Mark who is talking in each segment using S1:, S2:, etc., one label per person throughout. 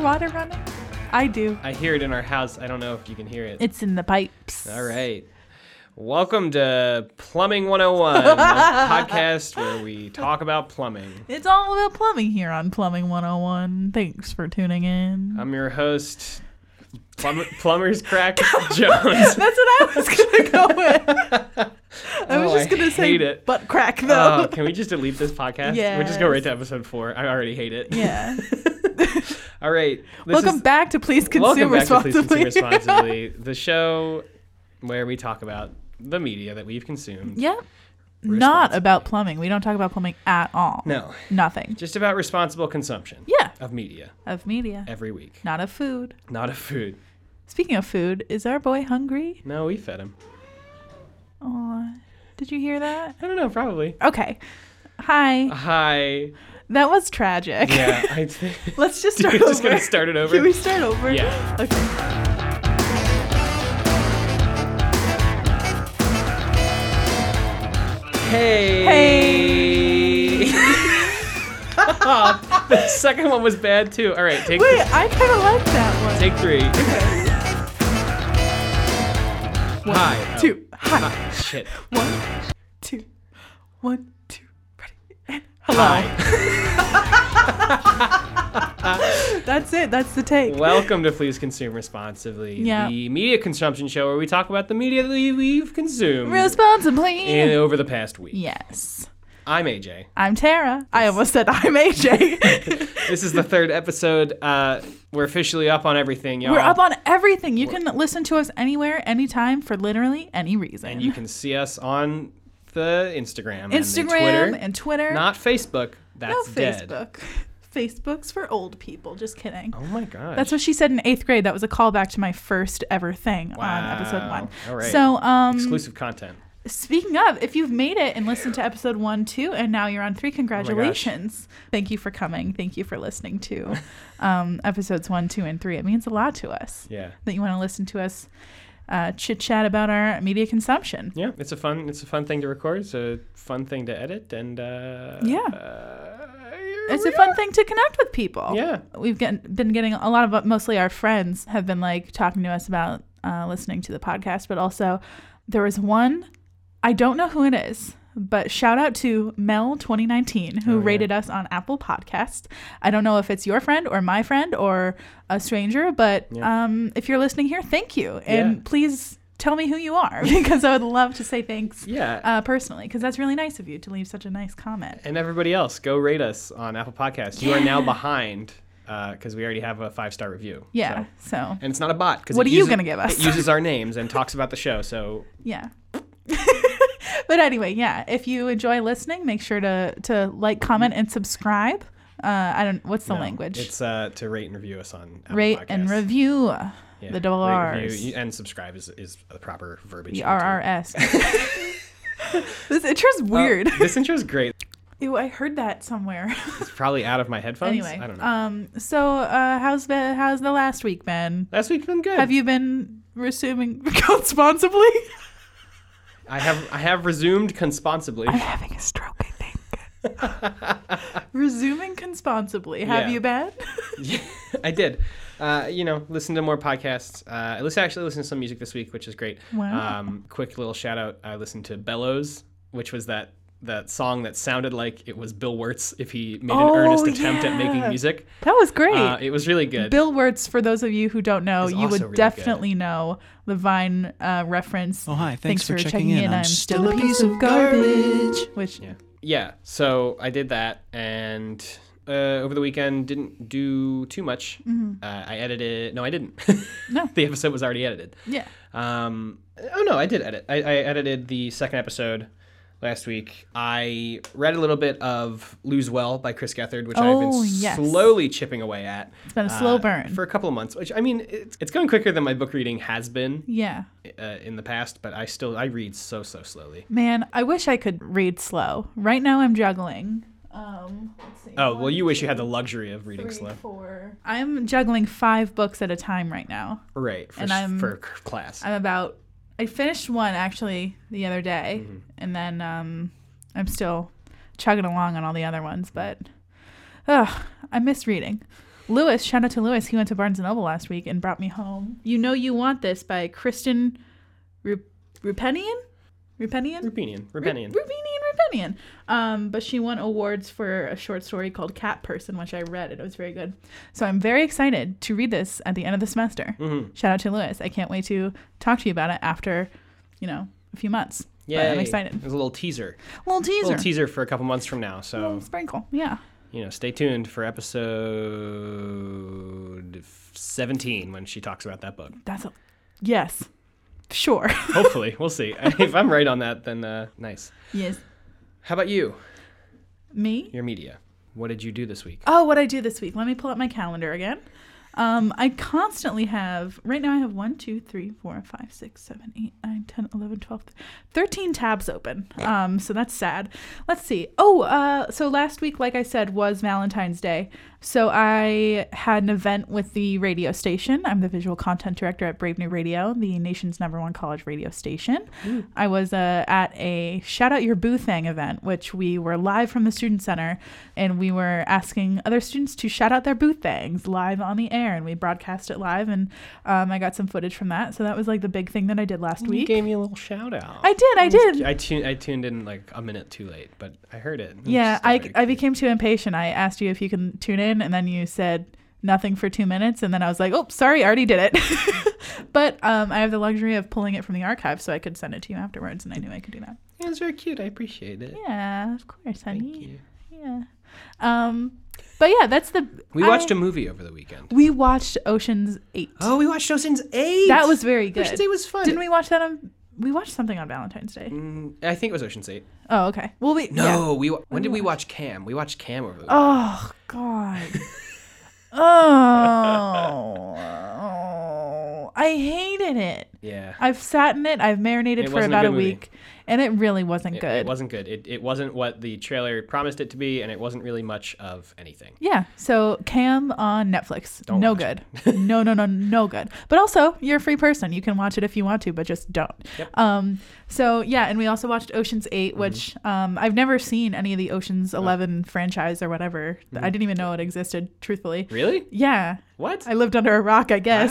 S1: water running? I do.
S2: I hear it in our house. I don't know if you can hear it.
S1: It's in the pipes.
S2: All right. Welcome to Plumbing 101, a podcast where we talk about plumbing.
S1: It's all about plumbing here on Plumbing 101. Thanks for tuning in.
S2: I'm your host, Plum- Plumber's Crack Jones.
S1: That's what I was going to go with. I was
S2: Oh,
S1: just going to say
S2: hate it.
S1: butt crack, though.
S2: Uh, can we just delete this podcast? We'll just go
S1: Yes.
S2: right to episode four. I already hate it.
S1: yeah.
S2: All right. This
S1: Welcome
S2: is-
S1: back to Please Consume
S2: welcome back to
S1: Responsibly.
S2: Please Consume Responsibly, the show where we talk about the media that we've consumed.
S1: yep. Not about plumbing. We don't talk about plumbing at all.
S2: No,
S1: Nothing.
S2: just about responsible consumption
S1: Yeah.
S2: of media
S1: Of media.
S2: every week,
S1: Not of food.
S2: not of food.
S1: Speaking of food, is our boy hungry?
S2: No, we fed him.
S1: Aw. Did you hear that?
S2: I don't know, probably.
S1: Okay. Hi.
S2: Hi.
S1: That was tragic.
S2: Yeah, I think
S1: Let's just
S2: we're
S1: start
S2: just
S1: over.
S2: gonna start it over.
S1: Can we start over?
S2: Yeah.
S1: Okay.
S2: Hey. Oh, the second one was bad too. All right, take
S1: Wait, I kind of like that one.
S2: take three.
S1: One,
S2: Hi.
S1: Two. Hi.
S2: Ah, shit.
S1: One, two, one, two. Ready. And hello.
S2: Hi.
S1: That's it. That's the take.
S2: Welcome to Please Consume Responsibly,
S1: Yeah.
S2: the media consumption show where we talk about the media that we- we've consumed
S1: Responsibly.
S2: in over the past week.
S1: yes.
S2: I'm AJ.
S1: I'm Tara. I almost said I'm AJ.
S2: This is the third episode. Uh, we're officially up on everything, y'all.
S1: We're up on everything. You can listen to us anywhere, anytime, for literally any reason.
S2: and you can see us on the
S1: Instagram
S2: Instagram, and the Twitter,
S1: and Twitter.
S2: not Facebook.
S1: no
S2: That's dead.
S1: Facebook. Facebook's for old people. Just kidding.
S2: Oh my god.
S1: That's what she said in eighth grade. That was a callback to my first ever thing
S2: Wow.
S1: on episode one.
S2: All right.
S1: So, um,
S2: exclusive content.
S1: speaking of, if you've made it and listened to episode one, two, and now you're on
S2: Oh
S1: three, congratulations. Thank you for coming. Thank you for listening to um, episodes one, two, and three. It means a lot to us
S2: Yeah.
S1: that you want to listen to us uh, chit chat about our media consumption.
S2: Yeah, it's a fun it's a fun thing to record. It's a fun thing to edit and uh
S1: Yeah.
S2: uh, here
S1: It's
S2: we
S1: a fun
S2: are.
S1: thing to connect with people.
S2: Yeah.
S1: We've get, been getting a lot of mostly our friends have been like talking to us about uh, listening to the podcast, but also there was one, I don't know who it is, but shout out to Mel2019 who
S2: Oh, yeah.
S1: rated us on Apple Podcast. I don't know if it's your friend or my friend or a stranger, but
S2: Yeah.
S1: um, if you're listening here, thank you. And
S2: Yeah.
S1: please tell me who you are because I would love to say thanks.
S2: Yeah.
S1: Uh, personally, because that's really nice of you to leave such a nice comment.
S2: and everybody else, go rate us on Apple Podcasts. You are now behind because we already have a five star review.
S1: Yeah,
S2: So-
S1: so
S2: And it's not a bot. 'cause
S1: What
S2: it
S1: are you
S2: uses-
S1: gonna give us?
S2: It uses our names and talks about the show. So
S1: Yeah. but anyway, yeah. If you enjoy listening, make sure to to like, comment, and subscribe. Uh, I don't. What's the
S2: no,
S1: language?
S2: It's uh, to rate and review us on Apple
S1: Rate and
S2: Podcasts.
S1: review.
S2: Yeah,
S1: The double
S2: rate, review,
S1: R's.
S2: you- and subscribe is, is the proper verbiage.
S1: The
S2: here, too.
S1: RRS. this intro's weird.
S2: Uh, this intro's great.
S1: Ew, I heard that somewhere.
S2: It's probably out of my headphones.
S1: anyway,
S2: I don't know.
S1: um, so uh, how's the how's the last week been?
S2: Last week's been good.
S1: Have you been resuming responsibly?
S2: I have I have resumed consponsibly.
S1: I'm having a stroke, I think. Resuming responsibly. Have
S2: Yeah.
S1: you been?
S2: I did. Uh, you know, listen to more podcasts. Uh, I listen, actually listened to some music this week, which is great.
S1: Wow.
S2: Um, quick little shout out. I listened to Bellows, which was that that song that sounded like it was Bill Wirtz if he made an
S1: Oh,
S2: earnest attempt at
S1: yeah.
S2: making music.
S1: That was great.
S2: Uh, it was really good.
S1: Bill Wirtz, for those of you who don't know,
S2: Is
S1: you would
S2: also really
S1: definitely know the Vine uh, reference.
S3: Oh, hi. Thanks, for, checking, in. I'm, still a piece of
S1: garbage. Which,
S2: yeah. Yeah. So I did that, and uh, over the weekend didn't do too much. Uh, I edited. No, I didn't.
S1: Mm-hmm. No.
S2: the episode was already edited.
S1: yeah.
S2: Um, oh no, I did edit. I, I edited the second episode last week. I read a little bit of Lose Well by Chris Gethard, which I've
S1: Oh,
S2: been
S1: yes.
S2: slowly chipping away at. It's
S3: Uh,
S1: been a slow burn.
S2: for a couple of months. Which I mean, it's, it's going quicker than my book reading has been
S1: Yeah.
S2: uh, in the past, but I still I read so so slowly.
S1: Man, I wish I could read slow. Right now I'm juggling. Um, let's see.
S2: Oh well, you wish you had the luxury of reading
S1: Three,
S2: slow,
S1: four. I'm juggling five books at a time right now.
S2: right? For,
S1: And
S2: s-
S1: I'm-
S2: for c- class.
S1: I'm about, I finished one actually the other day, and then um, I'm still chugging along on all the other ones, but ugh, I miss reading. Lewis, shout out to Lewis. He went to Barnes and Noble last week and brought me home. You know you want this by Kristen Ru- Rupenian. Rupenian.
S2: Rupinian.
S1: Ru-
S2: Rupinian.
S1: Rupenian. Rupenian. Um, but she won awards for a short story called Cat Person, which I read and it was very good. So I'm very excited to read this at the end of the semester.
S2: Mhm.
S1: Shout out to Lewis. I can't wait to talk to you about it after, you know, a few months. Yeah,
S2: Yeah,
S1: I'm excited.
S2: There's a little teaser.
S1: Little teaser.
S2: Little teaser for a couple months from now. So
S1: Little sprinkle. Yeah.
S2: you know, stay tuned for episode 17 when she talks about that book.
S1: That's a yes. Sure.
S2: Hopefully, we'll see. if I'm right on that, then uh, nice.
S1: yes.
S2: How about you?
S1: Me?
S2: Your media. What did you do this week?
S1: Oh, what I do this week. Let me pull up my calendar again. Um, I constantly have, right now I have 1, 2, 3, 4, 5, 6, 7, 8, 9, 10, 11, 12, 13 tabs open. Um, so that's sad. Let's see. Oh, uh, so last week, like I said, was Valentine's Day. So I had an event with the radio station. I'm the visual content director at Brave New Radio, the nation's number one college radio station. I was uh, at a shout out your boo thing event, which we were live from the student center, and we were asking other students to shout out their boo things live on the air, and we broadcast it live, and um, I got some footage from that. So that was like the big thing that I did last
S2: You
S1: week.
S2: gave me a little shout out.
S1: I did, I did.
S2: I tuned, I tuned in like a minute too late, but I heard it. It was
S1: Yeah,
S2: still
S1: I,
S2: very
S1: I
S2: cute.
S1: became too impatient. I asked you if you can tune in, and then you said nothing for two minutes, and then I was like, "Oh, sorry, I already did it." but um, I have the luxury of pulling it from the archive, so I could send it to you afterwards, and I knew I could do that.
S2: Yeah, it's very cute. I appreciate it.
S1: Yeah, of course, honey.
S2: Thank you.
S1: Yeah. Um, but yeah, that's the
S2: We watched
S1: I,
S2: a movie over the weekend.
S1: we watched Ocean's Eight.
S2: Oh, we watched Ocean's Eight.
S1: that was very good.
S2: Ocean's Eight was fun.
S1: Didn't we watch that on? We watched something on Valentine's Day.
S2: Mm, I think it was Ocean's Eight.
S1: Oh, okay. Well, we yeah.
S2: No, we. wa- When did we watch Cam? We watched Cam over. The weekend.
S1: Oh God. oh, I hated it.
S2: yeah.
S1: I've sat in it. I've marinated
S2: It
S1: for
S2: wasn't a
S1: about
S2: good
S1: a
S2: movie.
S1: week, and it really wasn't
S2: It-
S1: good.
S2: It wasn't good. It, it wasn't what the trailer promised it to be, and it wasn't really much of anything.
S1: Yeah. So Cam on Netflix.
S2: Don't
S1: no
S2: watch
S1: good. no, no, no, no good. But also, you're a free person. You can watch it if you want to, but just don't.
S2: Yep. Mm-hmm.
S1: Um so yeah, and we also watched Ocean's 8, which um I've never seen any of the Ocean's 11 franchise or whatever.
S2: Mm-hmm.
S1: I didn't even know it existed, truthfully.
S2: Really?
S1: Yeah.
S2: What?
S1: I Um, lived under a rock, I guess.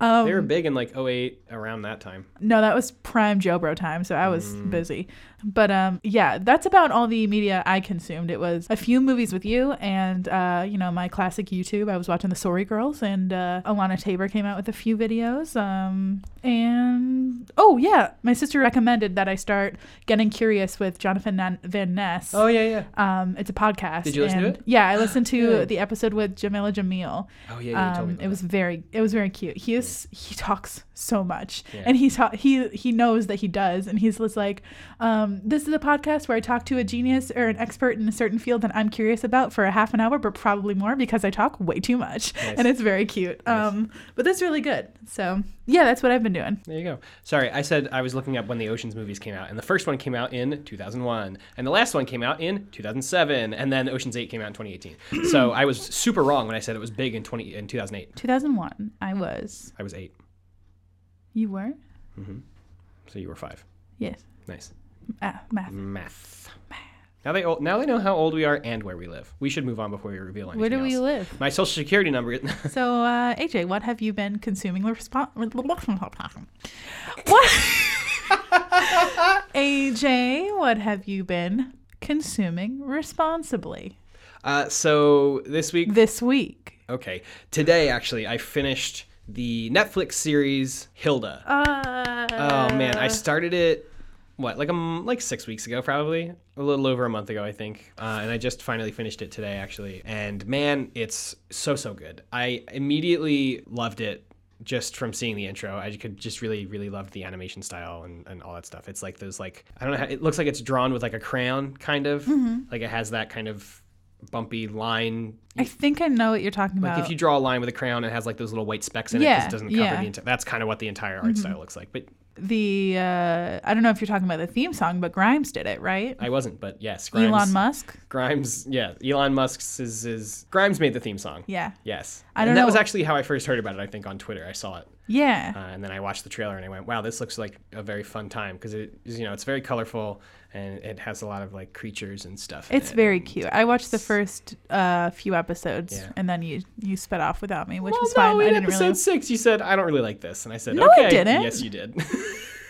S2: Wow. they were big in like 08 around that time.
S1: No, that was prime Joe Bro time, so I was
S2: Mm.
S1: busy. But um, yeah, that's about all the media I consumed. It was a few movies with you, and uh, you know my classic YouTube. I was watching the Sorry Girls, and uh, Alana Tabor came out with a few videos. Um, and oh yeah, my sister recommended that I start getting curious with Jonathan Nan- Van Ness.
S2: Oh, yeah, yeah.
S1: Um, it's a podcast.
S2: Did you listen to
S1: and-
S2: it?
S1: Yeah, I listened to
S2: Really?
S1: the episode with Jamila Jamil.
S2: Oh yeah, yeah, you told
S1: Um,
S2: me. about
S1: it was
S2: that.
S1: very it was very cute. He is he talks so much,
S2: Yeah.
S1: and he ta- he he knows that he does, and he's just like, um, "This is a podcast where I talk to a genius or an expert in a certain field that I'm curious about for a half an hour, but probably more because I talk way too much."
S2: Nice.
S1: And it's very cute. Um, but that's really good. So yeah, that's what I've been doing.
S2: There you go. Sorry, I said I was looking up when the Ocean's movies came out, and the first one came out in 2001, and the last one came out in 2007, and then Ocean's 8 came out in 2018. so I was super wrong when I said it was big in 20 in 2008.
S1: 2001, I was
S2: I was eight,
S1: you were
S2: so you were five.
S1: yes
S2: Nice
S1: ah, math.
S2: math. Now they o- now they know how old we are and where we live. We should move on before we reveal anything.
S1: Where do we
S2: else.
S1: live?
S2: My social security number. is-
S1: So, uh, AJ, what have you been consuming? Respo- what? AJ, what have you been consuming responsibly
S2: uh, so this week
S1: this week?
S2: Okay. Today, actually, I finished the Netflix series Hilda.
S1: Uh,
S2: oh man, I started it what like um like six weeks ago, probably a little over a month ago, I think. Uh, and I just finally finished it today, actually. And man, it's so so good. I immediately loved it just from seeing the intro. I could just really really loved the animation style and, and all that stuff. It's like those like I don't know. How, it looks like it's drawn with like a crayon, kind of.
S1: Mm-hmm.
S2: Like it has that kind of bumpy line
S1: I think I know what you're talking about.
S2: like if you draw a line with a crayon, it has like those little white specks in it because
S1: Oh. Yeah,
S2: it doesn't cover
S1: yeah. Mm-hmm.
S2: the entire. That's kind of what the entire art style looks like. But
S1: the uh, I don't know if you're talking about the theme song, but Grimes did it, right?
S2: I wasn't. But yes, Uh, Grimes.
S1: Elon Musk.
S2: Grimes, yeah, Elon Musk's is, is Grimes made the theme song.
S1: Yeah.
S2: Yes,
S1: I don't
S2: and that
S1: know-
S2: was actually how I first heard about it. I think on Twitter, I saw it.
S1: Yeah.
S2: Uh, and then I watched the trailer and I went, wow, this looks like a very fun time because it is, you know, it's very colorful and it has a lot of like creatures and stuff. in
S1: It's
S2: it.
S1: very
S2: And
S1: cute. I watched the first uh, few episodes,
S2: Yeah.
S1: and then you you sped off without me, which
S2: Well,
S1: was fine.
S2: no, in
S1: I didn't
S2: episode
S1: really.
S2: six, you said I don't really like this, and I said,
S1: No, I
S2: okay.
S1: didn't.
S2: Yes, you did.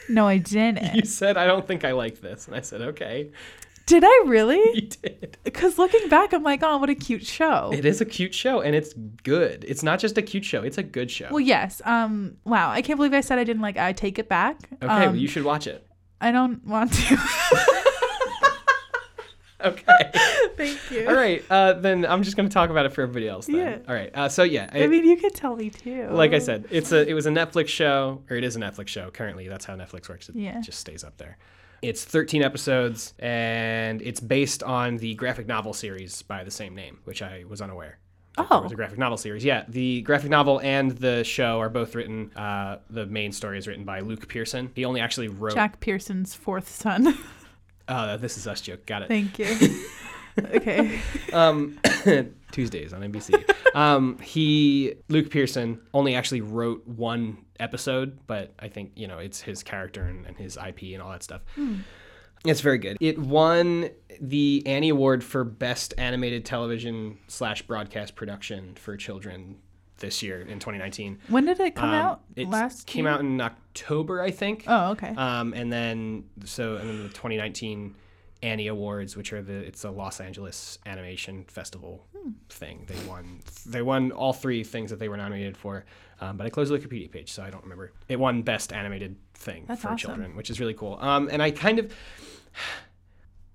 S1: No, I
S2: you
S1: didn't.
S2: said I don't think I like this, and I said, okay,
S1: Did I really?
S2: you did.
S1: Because looking back, I'm like, oh, what a cute show.
S2: It is a cute show, and it's good. It's not just a cute show; it's a good show.
S1: Well, yes. Um. Wow. I can't believe I said I didn't like. I take it back.
S2: okay,
S1: Um,
S2: well, you should watch it.
S1: I don't want to.
S2: Okay.
S1: Thank you.
S2: All right. Uh, then I'm just going to talk about it for everybody else. Then.
S1: Yeah.
S2: All right. Uh, so yeah,
S1: I
S2: it-
S1: mean, you can tell me too.
S2: like I said, it's a it was a Netflix show, or it is a Netflix show currently. That's how Netflix works. It
S1: Yeah.
S2: just stays up there. It's 13 episodes, and it's based on the graphic novel series by the same name, which I was unaware. that there
S1: Oh.
S2: was a graphic novel series. Yeah, the graphic novel and the show are both written. Uh, the main story is written by Luke Pearson. He only actually wrote.
S1: Jack Pearson's fourth son.
S2: Uh, this is us joke. Got it.
S1: Thank you. okay.
S2: um, Tuesdays on NBC. um, he Luke Pearson only actually wrote one episode, but I think you know it's his character and, and his IP and all that stuff. It's very good. It won the Annie Award for Best Animated Television slash Broadcast Production for Children this year in 2019.
S1: When did it come out?
S2: Um, It
S1: Last
S2: came
S1: year?
S2: out in October, I think.
S1: Oh, okay.
S2: Um, and then so and then the 2019 Annie Awards, which are the it's a Los Angeles Animation Festival
S1: Hmm.
S2: thing. They won they won all three things that they were nominated for. Um, but I closed the Wikipedia page, so I don't remember. It won Best Animated Thing
S1: That's
S2: for
S1: awesome.
S2: children, which is really cool. Um, and I kind of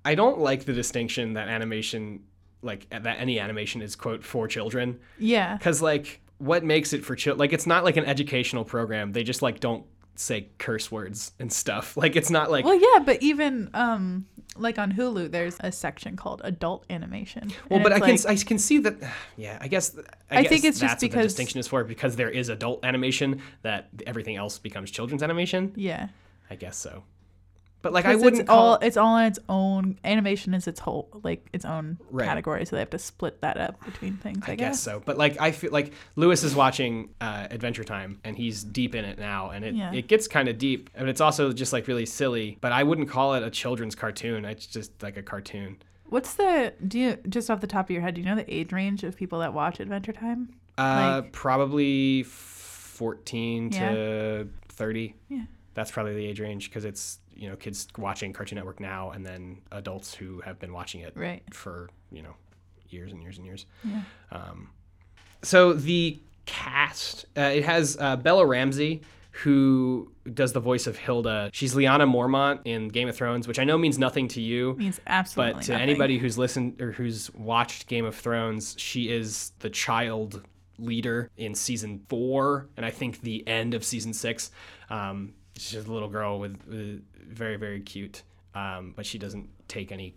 S2: I don't like the distinction that animation like that any animation is quote for children
S1: yeah.
S2: because like what makes it for children like it's not like an educational program they just like don't say curse words and stuff like it's not like
S1: Well, yeah, but even um, like on Hulu, there's a section called adult animation.
S2: well
S1: And
S2: but i
S1: it's
S2: can
S1: like-
S2: i can see that yeah i guess i,
S1: I
S2: guess
S1: think it's just
S2: that's what the
S1: because-
S2: distinction is for because there is adult animation that everything else becomes children's animation
S1: yeah,
S2: i guess so but like i
S1: 'Cause
S2: wouldn't
S1: it's
S2: call
S1: all it's all on its own. Animation is its whole like its own
S2: Right.
S1: category, so they have to split that up between things. I,
S2: I guess so. But like I feel like Lewis is watching uh, Adventure Time and he's deep in it now, and it
S1: Yeah.
S2: it gets kind of deep, but it's also just like really silly. But I wouldn't call it a children's cartoon. It's just like a cartoon.
S1: What's the do you just off the top of your head? Do you know the age range of people that watch Adventure Time?
S2: Uh,
S1: Like-
S2: probably fourteen to thirty.
S1: Yeah.
S2: That's probably the age range because it's you know kids watching Cartoon Network now, and then adults who have been watching it
S1: Right.
S2: for you know years and years and years.
S1: Yeah.
S2: Um, so the cast uh, it has uh, Bella Ramsey who does the voice of Hilda. She's Liana Mormont in Game of Thrones, which I know means nothing to you.
S1: Means
S2: But
S1: absolutely.
S2: to
S1: nothing.
S2: anybody who's listened or who's watched Game of Thrones, she is the child leader in season four, and I think the end of season six. Um, she's a little girl with, with very very cute, um, but she doesn't take any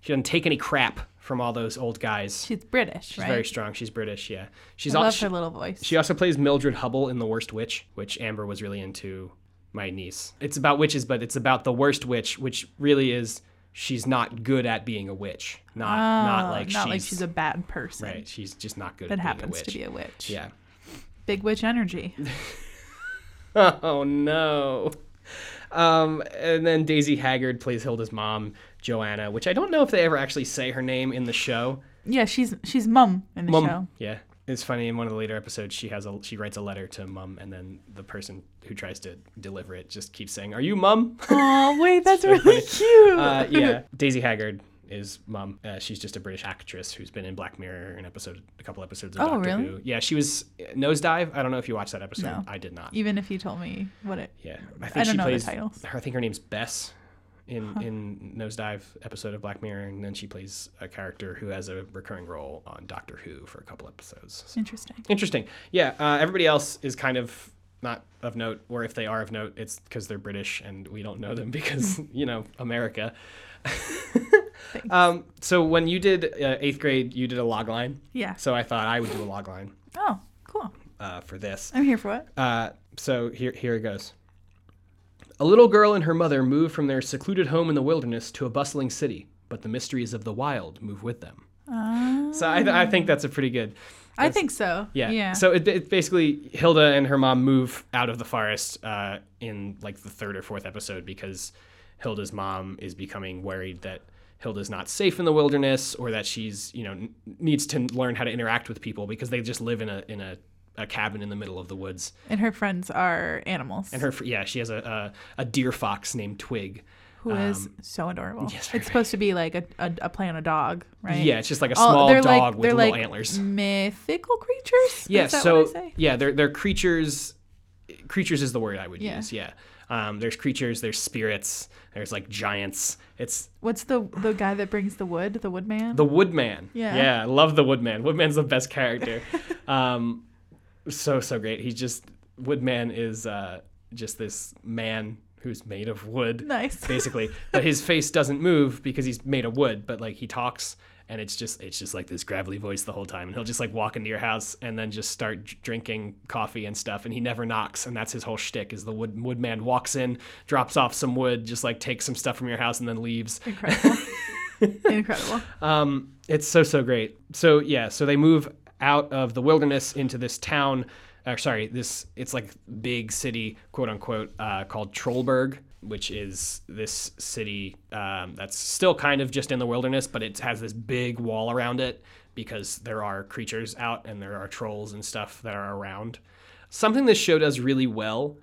S2: she doesn't take any crap from all those old guys.
S1: she's British,
S2: She's
S1: right?
S2: very strong. She's British. Yeah, she's
S1: I
S2: al-
S1: love
S2: she,
S1: her little voice.
S2: she also plays Mildred Hubble in The Worst Witch, which Amber was really into. My niece. It's about witches, but it's about the worst witch, which really is she's not good at being a witch. Not not
S1: Oh,
S2: like
S1: not
S2: she's
S1: like she's a bad person
S2: right. She's just not good
S1: that
S2: at being a
S1: happens
S2: witch.
S1: to be a witch.
S2: yeah.
S1: Big witch energy.
S2: Oh no. Um, and then Daisy Haggard plays Hilda's mom, Joanna, which I don't know if they ever actually say her name in the show.
S1: Yeah, she's she's mum in the
S2: Mum.
S1: show.
S2: Um, Yeah, it's funny. In one of the later episodes, she has a she writes a letter to mum, and then the person who tries to deliver it just keeps saying, "Are you mum?"
S1: Oh wait, that's really
S2: funny.
S1: cute.
S2: uh, yeah, Daisy Haggard is mum. Uh, she's just a British actress who's been in Black Mirror an episode, a couple episodes of
S1: Oh,
S2: Doctor
S1: really?
S2: Who. Yeah, she was uh, Nosedive. I don't know if you watched that episode.
S1: No.
S2: I did not.
S1: Even if you told me what it.
S2: Yeah, I think
S1: don't
S2: she
S1: know the
S2: plays.
S1: titles.
S2: Her, I think her name's Bess in in Nosedive episode of Black Mirror, and then she plays a character who has a recurring role on Doctor Who for a couple episodes. So-
S1: Interesting.
S2: Interesting. Yeah, uh, everybody else is kind of not of note, or if they are of note, it's because they're British and we don't know them because you know America. um, so when you did uh, eighth grade, you did a log line.
S1: Yeah.
S2: So I thought I would do a log line
S1: Oh, cool.
S2: uh, for this.
S1: I'm here for it.
S2: Uh, so here, here it goes. A little girl and her mother move from their secluded home in the wilderness to a bustling city, but the mysteries of the wild move with them.
S1: Uh,
S2: So I, I think that's a pretty good.
S1: I think so.
S2: Yeah.
S1: Yeah.
S2: So it, it's basically Hilda and her mom move out of the forest uh, in like the third or fourth episode because Hilda's mom is becoming worried that Hilda's not safe in the wilderness or that she's you know n- needs to learn how to interact with people because they just live in a in a, a cabin in the middle of the woods.
S1: and her friends are animals.
S2: And her fr- yeah she has a a, a deer fox named Twig.
S1: who is so adorable.
S2: um, yes,
S1: it's
S2: right,
S1: supposed to be like a, a, a play on a dog, right?
S2: Yeah, it's just like a
S1: All-
S2: small
S1: they're
S2: dog
S1: like-
S2: with
S1: they're
S2: little
S1: like
S2: antlers.
S1: Mythical creatures.
S2: yeah
S1: Is that
S2: so
S1: what I say?
S2: yeah they're, they're creatures creatures is the word i would
S1: Yeah.
S2: use yeah um, there's creatures there's spirits there's like giants it's
S1: What's the the guy that brings the wood? The woodman.
S2: the woodman
S1: Yeah.
S2: yeah i love the woodman woodman's the best character um, so so great he's just woodman is uh, just this man who's made of wood
S1: Nice.
S2: basically but his face doesn't move because he's made of wood but like he talks and it's just it's just like this gravelly voice the whole time and he'll just like walk into your house and then just start dr- drinking coffee and stuff and he never knocks and that's his whole shtick is the wood woodman walks in drops off some wood just like takes some stuff from your house and then leaves
S1: Incredible. Incredible.
S2: um, it's so so great. So yeah, so they move out of the wilderness into this town. Or sorry, this it's like big city, quote unquote, uh, called Trollberg, which is this city um, that's still kind of just in the wilderness, but it has this big wall around it because there are creatures out and there are trolls and stuff that are around. Something this show does really well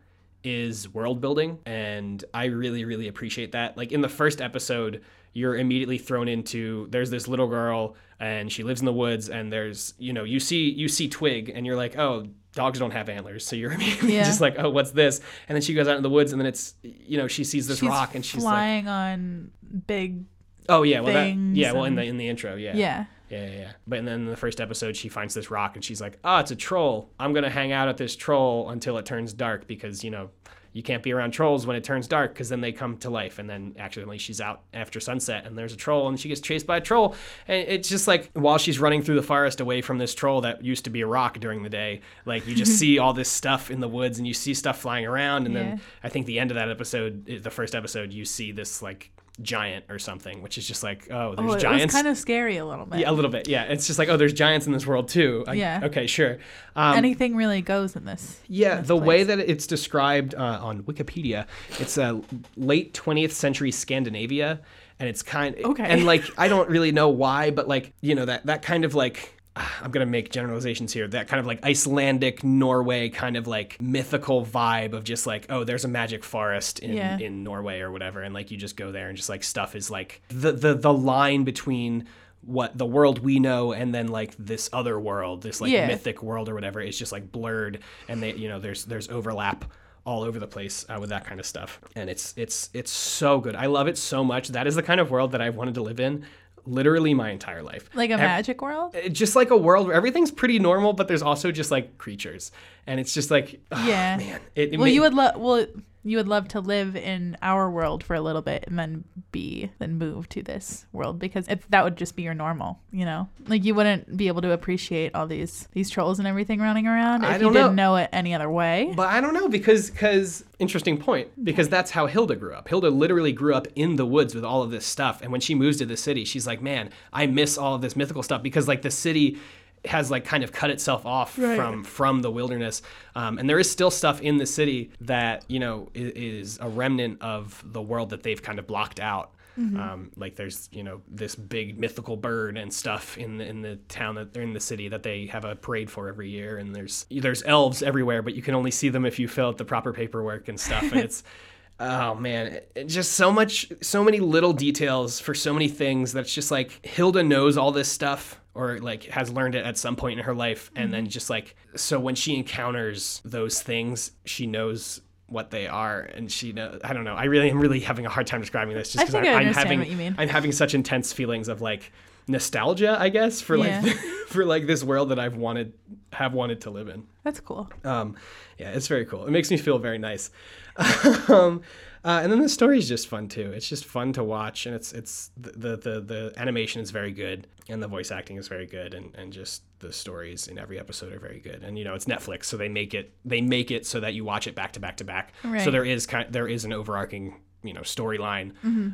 S2: is world building and i really really appreciate that like in the first episode you're immediately thrown into there's this little girl and she lives in the woods and there's you know you see you see twig and you're like oh dogs don't have antlers so you're immediately
S1: Yeah.
S2: just like oh what's this and then she goes out in the woods and then it's you know she sees this
S1: She's
S2: rock and she's like
S1: flying on big.
S2: oh yeah well that,
S1: things
S2: yeah well in
S1: and-
S2: the in the intro yeah
S1: Yeah.
S2: yeah, yeah, yeah. But and then in the first episode, she finds this rock and she's like, "Ah, it's a troll. I'm gonna hang out at this troll until it turns dark because you know you can't be around trolls when it turns dark because then they come to life." And then accidentally, she's out after sunset and there's a troll and she gets chased by a troll. And it's just like while she's running through the forest away from this troll that used to be a rock during the day, like you just see all this stuff in the woods and you see stuff flying around. And
S1: Yeah.
S2: then I think the end of that episode, the first episode, you see this like giant or something, which is just like, oh, there's
S1: Oh, it was
S2: giants.
S1: kind of scary a little bit.
S2: Yeah, um, a little bit. Yeah, it's just like oh, there's giants in this world too. I-
S1: Yeah.
S2: Okay, sure. Um,
S1: Anything really goes in this.
S2: yeah,
S1: in this
S2: the
S1: place.
S2: way that it's described uh, on Wikipedia, it's a late 20th century Scandinavia, and it's kind
S1: Okay.
S2: And like I don't really know why, but like you know that that kind of like. ah, I'm gonna make generalizations here. That kind of like Icelandic Norway kind of like mythical vibe of just like oh, there's a magic forest in
S1: Yeah.
S2: in Norway or whatever, and like you just go there and just like stuff is like the the the line between what the world we know and then like this other world, this like
S1: Yeah.
S2: mythic world or whatever, is just like blurred, and they you know there's there's overlap all over the place uh, with that kind of stuff, and it's it's it's so good. I love it so much. That is the kind of world that I've wanted to live in, literally my entire life.
S1: like a
S2: Ev- Ah,
S1: magic world.
S2: it's just like a world where everything's pretty normal, but there's also just like creatures, and it's just like oh,
S1: yeah.
S2: man, it, it
S1: well,
S2: ma-
S1: you would love. Well, you would love to live in our world for a little bit and then be then move to this world because if that would just be your normal, you know, like you wouldn't be able to appreciate all these these trolls and everything running around
S2: I
S1: if
S2: don't
S1: you didn't
S2: know.
S1: know it any other way.
S2: But I don't know because because interesting point because that's how Hilda grew up. Hilda literally grew up in the woods with all of this stuff, and when she moves to the city, she's like, man, I miss all of this mythical stuff because like the city has like kind of cut itself off
S1: Right.
S2: from from the wilderness, um, and there is still stuff in the city that you know i- is a remnant of the world that they've kind of blocked out. Um, like there's you know this big mythical bird and stuff in the, in the town that they're in the city that they have a parade for every year and there's there's elves everywhere but you can only see them if you fill out the proper paperwork and stuff and it's oh man it- it just so much so many little details for so many things that's just like Hilda knows all this stuff or like has learned it at some point in her life
S1: Mm-hmm.
S2: and then just like so when she encounters those things she knows what they are and she knows i don't know i really am really having a hard time describing this just
S1: I
S2: because
S1: think I
S2: i'm
S1: understand
S2: having
S1: what you mean.
S2: i'm having such intense feelings of like nostalgia i guess for like
S1: Yeah.
S2: for like this world that i've wanted have wanted to live in
S1: That's cool.
S2: um, yeah, it's very cool. It makes me feel very nice. um, uh, and then the story is just fun too. It's just fun to watch, and it's it's the the the, the animation is very good, and the voice acting is very good, and, and just the stories in every episode are very good. And you know, it's Netflix, so they make it they make it so that you watch it back to back to back. So
S1: Right.
S2: there is kind there is an overarching you know storyline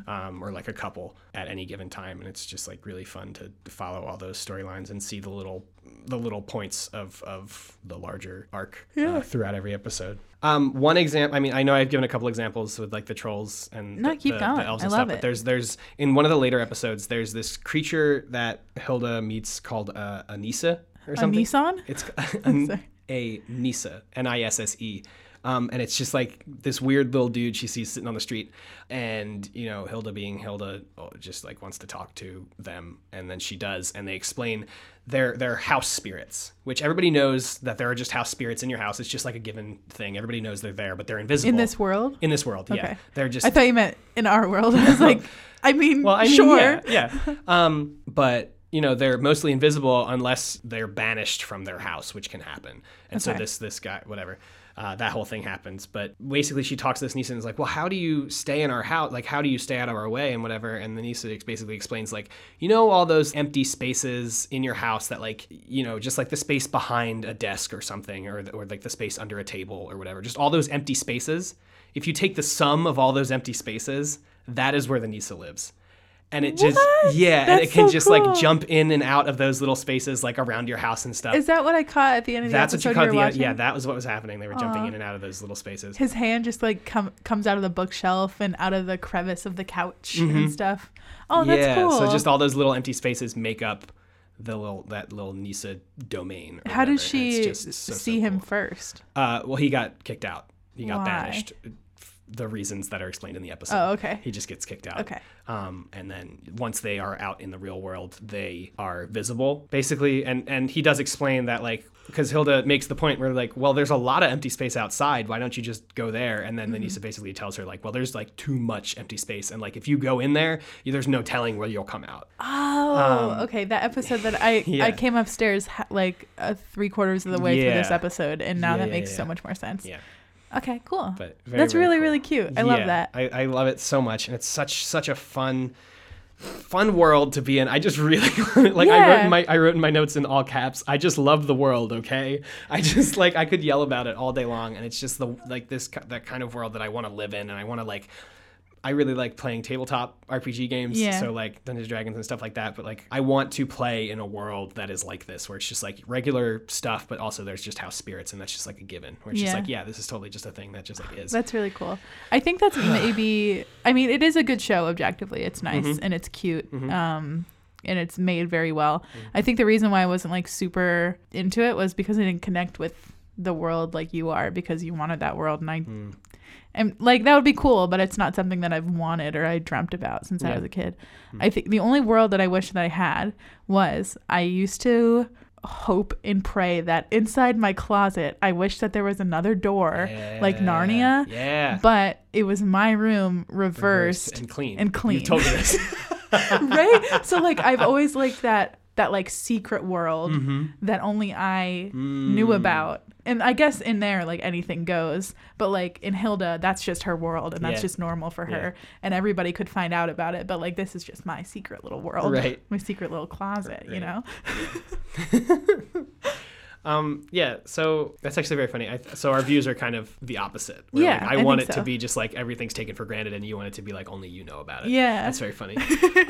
S2: um, or like a couple at any given time and it's just like really fun to, to follow all those storylines and see the little the little points of of the larger arc uh, throughout every episode um, one example i mean i know i've given a couple examples with like the trolls and
S1: No,
S2: the,
S1: keep
S2: the-
S1: going.
S2: the elves
S1: I
S2: and
S1: love
S2: stuff
S1: it.
S2: but there's there's in one of the later episodes there's this creature that hilda meets called uh, anisa or
S1: A
S2: something
S1: Nissan?
S2: it's an, a Nisa, N I S S E. Um, and it's just like this weird little dude she sees sitting on the street. And, you know, Hilda being Hilda oh, just like wants to talk to them. And then she does. And they explain their, their house spirits, which everybody knows that there are just house spirits in your house. It's just like a given thing. Everybody knows they're there, but they're invisible.
S1: In this world?
S2: In this world, yeah.
S1: Okay.
S2: They're just
S1: I thought you meant in our world. I was like, I mean,
S2: well, I mean,
S1: Mm, sure.
S2: yeah, yeah. Um, but you know, they're mostly invisible unless they're banished from their house, which can happen. And so
S1: Okay.
S2: this this guy, whatever, uh, that whole thing happens. But basically, she talks to this Nisa and is like, "Well, how do you stay in our house? Like, how do you stay out of our way and whatever?" And the Nisa ex- basically explains like, you know, all those empty spaces in your house that like, you know, just like the space behind a desk or something, or or like the space under a table or whatever, just all those empty spaces. If you take the sum of all those empty spaces, that is where the Nisa lives and it just
S1: What?
S2: yeah and
S1: That's
S2: it can
S1: so
S2: just
S1: cool.
S2: like jump in and out of those little spaces like around your house and stuff
S1: Is that what I caught at the end of the
S2: that's what
S1: episode
S2: you caught
S1: were
S2: the uh,
S1: watching?
S2: yeah that was what was happening they were jumping in and out of those little spaces
S1: His hand just like com- comes out of the bookshelf and out of the crevice of the couch and stuff. Oh, that's
S2: Mm-hmm. yeah
S1: cool.
S2: so just all those little empty spaces make up the little that little nisa domain or
S1: How does
S2: whatever, and it's
S1: she
S2: just so, so
S1: see him
S2: cool.
S1: first?
S2: uh, well he got kicked out he got
S1: Why?
S2: banished the reasons that are explained in the episode
S1: Oh, okay.
S2: he just gets kicked out
S1: Okay.
S2: um, and then once they are out in the real world they are visible basically and and he does explain that like because hilda makes the point where like well there's a lot of empty space outside why don't you just go there and then the Nisa
S1: Mm-hmm.
S2: basically tells her like well there's like too much empty space and like if you go in there you- there's no telling where you'll come out
S1: Oh, okay. That episode that I
S2: Um, yeah.
S1: I came upstairs ha- like uh, three quarters of the way through this
S2: Yeah.
S1: episode, and now
S2: Yeah,
S1: that
S2: yeah,
S1: makes so
S2: yeah.
S1: much more sense.
S2: yeah
S1: Okay, cool.
S2: but very,
S1: that's
S2: very
S1: really
S2: cool.
S1: really cute. I love
S2: Yeah,
S1: that.
S2: I, I love it so much, and it's such such a fun fun world to be in. I just really like. I wrote
S1: Yeah.
S2: in my I wrote in my notes in all caps. I just love the world. Okay, I just like I could yell about it all day long, and it's just the like this ki- that kind of world that I want to live in, and I want to like. I really like playing tabletop RPG games,
S1: Yeah.
S2: so like Dungeons and Dragons and stuff like that. But like, I want to play in a world that is like this, where it's just like regular stuff, but also there's just house spirits, and that's just like a given. Where it's just
S1: Yeah.
S2: like, yeah, this is totally just a thing that just like is.
S1: That's really cool. I think that's maybe. I mean, it is a good show objectively. It's nice
S2: Mm-hmm.
S1: and it's cute. Um, and it's made very well.
S2: Mm-hmm.
S1: I think the reason why I wasn't like super into it was because I didn't connect with the world like you are because you wanted that world and I
S2: Mm.
S1: and like that would be cool, but it's not something that I've wanted or I dreamt about since I
S2: Yeah. Mm.
S1: was a kid. I think the only world that I wish that I had was I used to hope and pray that inside my closet I wish that there was another door like
S2: Yeah.
S1: Narnia
S2: Yeah.
S1: but it was my room reversed,
S2: and clean.
S1: and clean
S2: You told me this.
S1: right so like i've always liked that that like secret world
S2: Mm-hmm.
S1: that only i
S2: Mm.
S1: knew about and i guess in there like anything goes but like in hilda that's just her world and that's
S2: Yeah.
S1: just normal for her and everybody could find out about it but like this is just my secret little world
S2: Right.
S1: my secret little closet you
S2: Right.
S1: know
S2: um, yeah. So that's actually very funny. I, so our views are kind of the opposite. We're
S1: Yeah,
S2: like,
S1: I
S2: I want
S1: think
S2: it
S1: so.
S2: to be just like everything's taken for granted, and you want it to be like only you know about it.
S1: Yeah.
S2: That's very funny.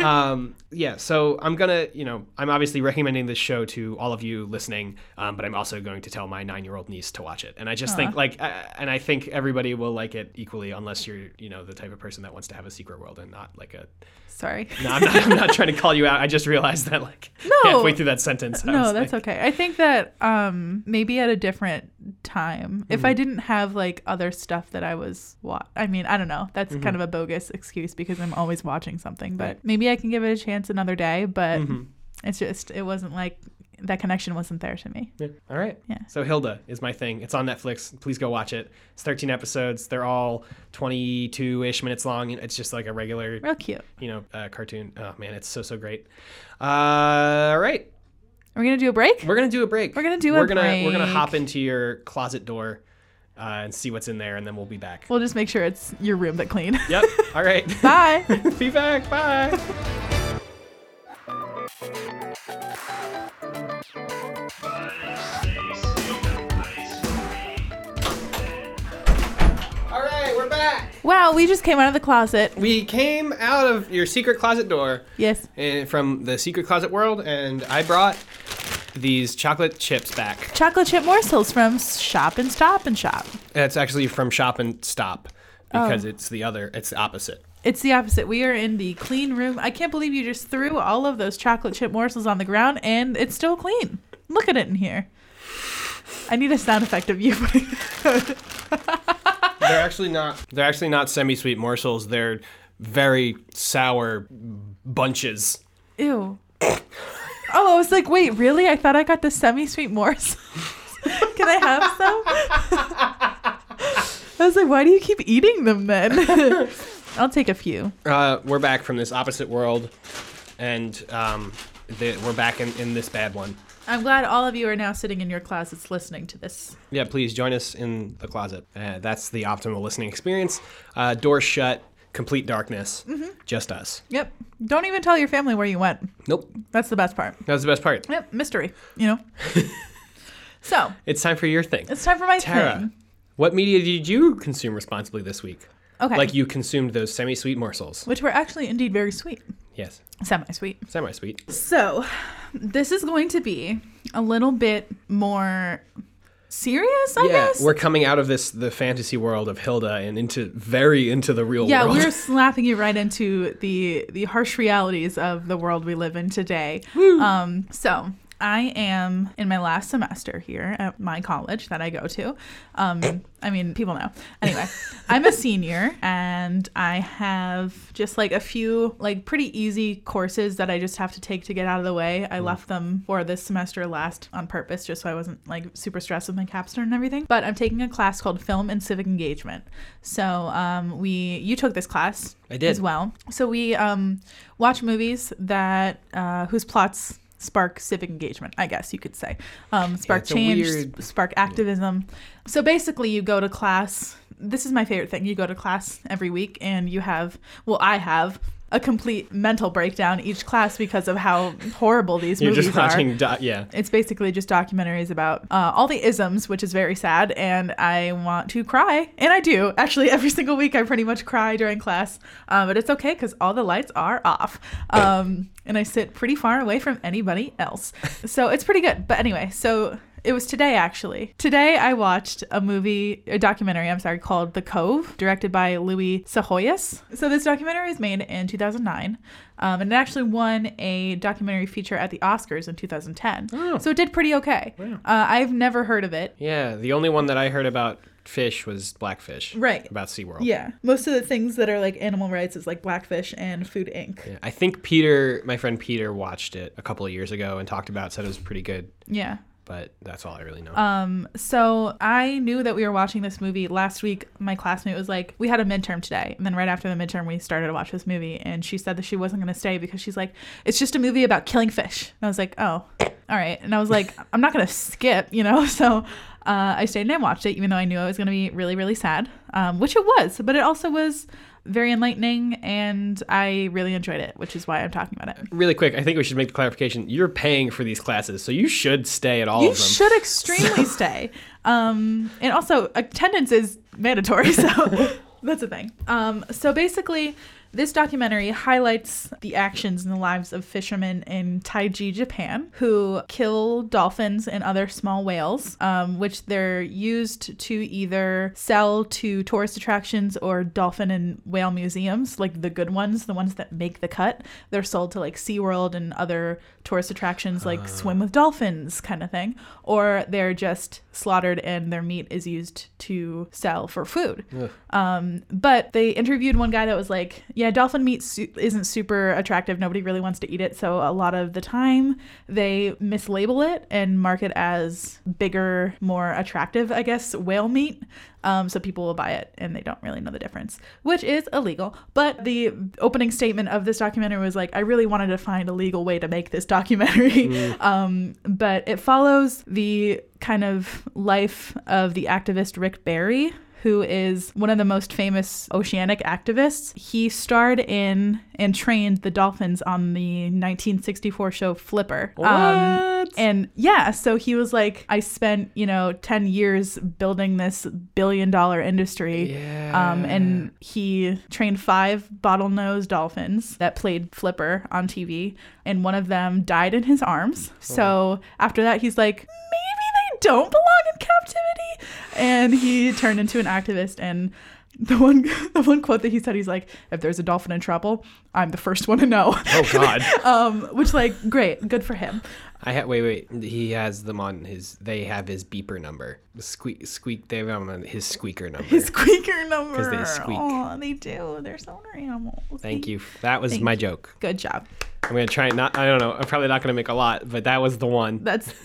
S2: um, yeah. So I'm gonna, you know, I'm obviously recommending this show to all of you listening, um, but I'm also going to tell my nine-year-old niece to watch it, and I just think like, I, and I think everybody will like it equally, unless you're, you know, the type of person that wants to have a secret world and not like a
S1: sorry
S2: No, I'm not, I'm not trying to call you out. I just realized that like
S1: No.
S2: halfway through that sentence. I
S1: no
S2: was
S1: that's
S2: like,
S1: okay i think that um maybe at a different time if
S2: Mm-hmm.
S1: i didn't have like other stuff that i was wa- i mean i don't know that's kind of a bogus excuse because i'm always watching something but
S2: Mm-hmm. Right. Mm-hmm.
S1: maybe i can give it a chance another day but it's just it wasn't like that connection wasn't there to me
S2: yeah. All right.
S1: Yeah.
S2: So Hilda is my thing. It's on Netflix. Please go watch it. It's 13 episodes. They're all 22-ish minutes long. It's just like a regular,
S1: real cute
S2: you know, uh, cartoon. Oh man, it's so so great. Uh, all right.
S1: are we gonna do a break
S2: We're gonna do a break.
S1: We're gonna do a
S2: we're gonna, We're gonna
S1: break.
S2: hop into your closet door uh, and see what's in there, and then we'll be back.
S1: we'll just make sure it's your room that clean
S2: yep. All right.
S1: bye
S2: be back. Bye. All right, we're back. back.
S1: Wow, we just came out of the closet.
S2: We came out of your secret closet door
S1: Yes.
S2: and from the secret closet world, and I brought these chocolate chips back.
S1: Chocolate chip morsels from Shop and Stop and Shop.
S2: That's actually from Shop and Stop because it's the other, it's the opposite.
S1: It's the opposite. We are in the clean room. I can't believe you just threw all of those chocolate chip morsels on the ground and it's still clean. Look at it in here. I need a sound effect of you.
S2: They're actually not. They're actually not semi-sweet morsels. They're very sour bunches.
S1: Ew. Oh, I was like, wait, really? I thought I got the semi sweet morsels. Can I have some? I was like, why do you keep eating them then? I'll take a few.
S2: Uh, we're back from this opposite world, and um, the, we're back in, in this bad one.
S1: I'm glad all of you are now sitting in your closets listening to this.
S2: Yeah, please join us in the closet. Uh, that's the optimal listening experience. Uh, doors shut, complete darkness,
S1: Mm-hmm.
S2: just us.
S1: Yep. Don't even tell your family where you went.
S2: Nope.
S1: That's the best part.
S2: That was the best part.
S1: Yep, mystery, you know? so,
S2: It's time for your thing.
S1: it's time for my
S2: Tara,
S1: thing.
S2: what media did you consume responsibly this week?
S1: Okay.
S2: Like you consumed those semi sweet morsels.
S1: Which were actually indeed very sweet.
S2: Yes,
S1: Semi sweet.
S2: semi sweet.
S1: So, this is going to be a little bit more serious, I
S2: Yeah,
S1: guess.
S2: we're coming out of this the fantasy world of Hilda and into very into the real
S1: yeah,
S2: world.
S1: we're slapping you right into the the harsh realities of the world we live in today. Um, so I am in my last semester here at my college that I go to. Um, I mean, people know. Anyway, I'm a senior and I have just like a few like pretty easy courses that I just have to take to get out of the way.
S2: Mm.
S1: I left them for this semester last on purpose just so I wasn't like super stressed with my capstone and everything. But I'm taking a class called Film and Civic Engagement. So um, we you took this class
S2: I did.
S1: as well. So we um, watch movies that uh, whose plots spark civic engagement, I guess you could say, um, spark
S2: it's a
S1: change,
S2: weird-
S1: s- spark activism. So basically, you go to class. This is my favorite thing. You go to class every week, and you have well, I have a complete mental breakdown each class because of how horrible these
S2: You're
S1: movies
S2: just
S1: are.
S2: watching. Do- yeah,
S1: It's basically just documentaries about uh, all the isms, which is very sad, and I want to cry, and I do. Actually, every single week I pretty much cry during class, uh, but it's okay because all the lights are off, um, and I sit pretty far away from anybody else, so it's pretty good. But anyway, so. It was today, actually. Today, I watched a movie, a documentary, I'm sorry, called The Cove, directed by Louis Sahoyas. So, this documentary was made in 2009, um, and it actually won a documentary feature at the Oscars in 2010. So, it did pretty okay. Uh, I've never heard of it.
S2: yeah. The only one that I heard about fish was Blackfish.
S1: Right.
S2: About SeaWorld.
S1: Yeah. Most of the things that are like animal rights is like Blackfish and Food Inc.
S2: Yeah, I think Peter, my friend Peter, watched it a couple of years ago and talked about. It, said it was pretty good,
S1: Yeah.
S2: but that's all I really know.
S1: Um, So I knew that we were watching this movie last week. My classmate was like, "We had a midterm today," and then right after the midterm, we started to watch this movie. And she said that she wasn't going to stay because she's like, "It's just a movie about killing fish." And I was like, "Oh, all right." And I was like, "I'm not going to skip," you know. So uh, I stayed and I watched it, even though I knew I was going to be really, really sad, um, which it was. But it also was very enlightening, and I really enjoyed it, which is why I'm talking about it.
S2: really quick, I think we should make the clarification. You're paying for these classes, so you should stay at all
S1: you
S2: of them.
S1: should extremely stay. Um, and also, attendance is mandatory, so that's a thing. Um, so basically, this documentary highlights the actions and the lives of fishermen in Taiji, Japan, who kill dolphins and other small whales, um, which they're used to either sell to tourist attractions or dolphin and whale museums, like the good ones, the ones that make the cut. They're sold to like SeaWorld and other tourist attractions, like swim with dolphins kind of thing, or they're just slaughtered and their meat is used to sell for food. Um, but they interviewed one guy that was like, "Yeah, dolphin meat su- isn't super attractive. Nobody really wants to eat it. So a lot of the time, they mislabel it and mark it as bigger, more attractive, I guess, whale meat. Um, so people will buy it and they don't really know the difference, which is illegal. But the opening statement of this documentary was like, "I really wanted to find a legal way to make this documentary." Um, but it follows the kind of life of the activist Rick Barry who is one of the most famous oceanic activists. He starred in and trained the dolphins on the 1964 show Flipper. Um,
S2: What?
S1: and yeah, so he was like, I spent, you know, 10 years building this billion dollar industry.
S2: yeah.
S1: Um, and
S2: Uh.
S1: he trained five bottlenose dolphins that played Flipper on TV, and one of them died in his arms.
S2: Oh.
S1: So after that, he's like, maybe they don't belong in captivity. And he turned into an activist. And the one, the one quote that he said, he's like, if there's a dolphin in trouble, I'm the first one to know.
S2: oh God.
S1: um, which, like, great, good for him.
S2: I ha- wait, wait. He has them on his. They have his beeper number. The squeak, squeak. They have them on his squeaker number.
S1: His squeaker number.
S2: 'Cause they squeak.
S1: Aw, they do. They're sonar animals.
S2: Thank you. That was
S1: Thank
S2: my
S1: you.
S2: joke.
S1: Good job.
S2: I'm gonna try and not. I don't know. I'm probably not gonna make a lot, but that was the one.
S1: That's,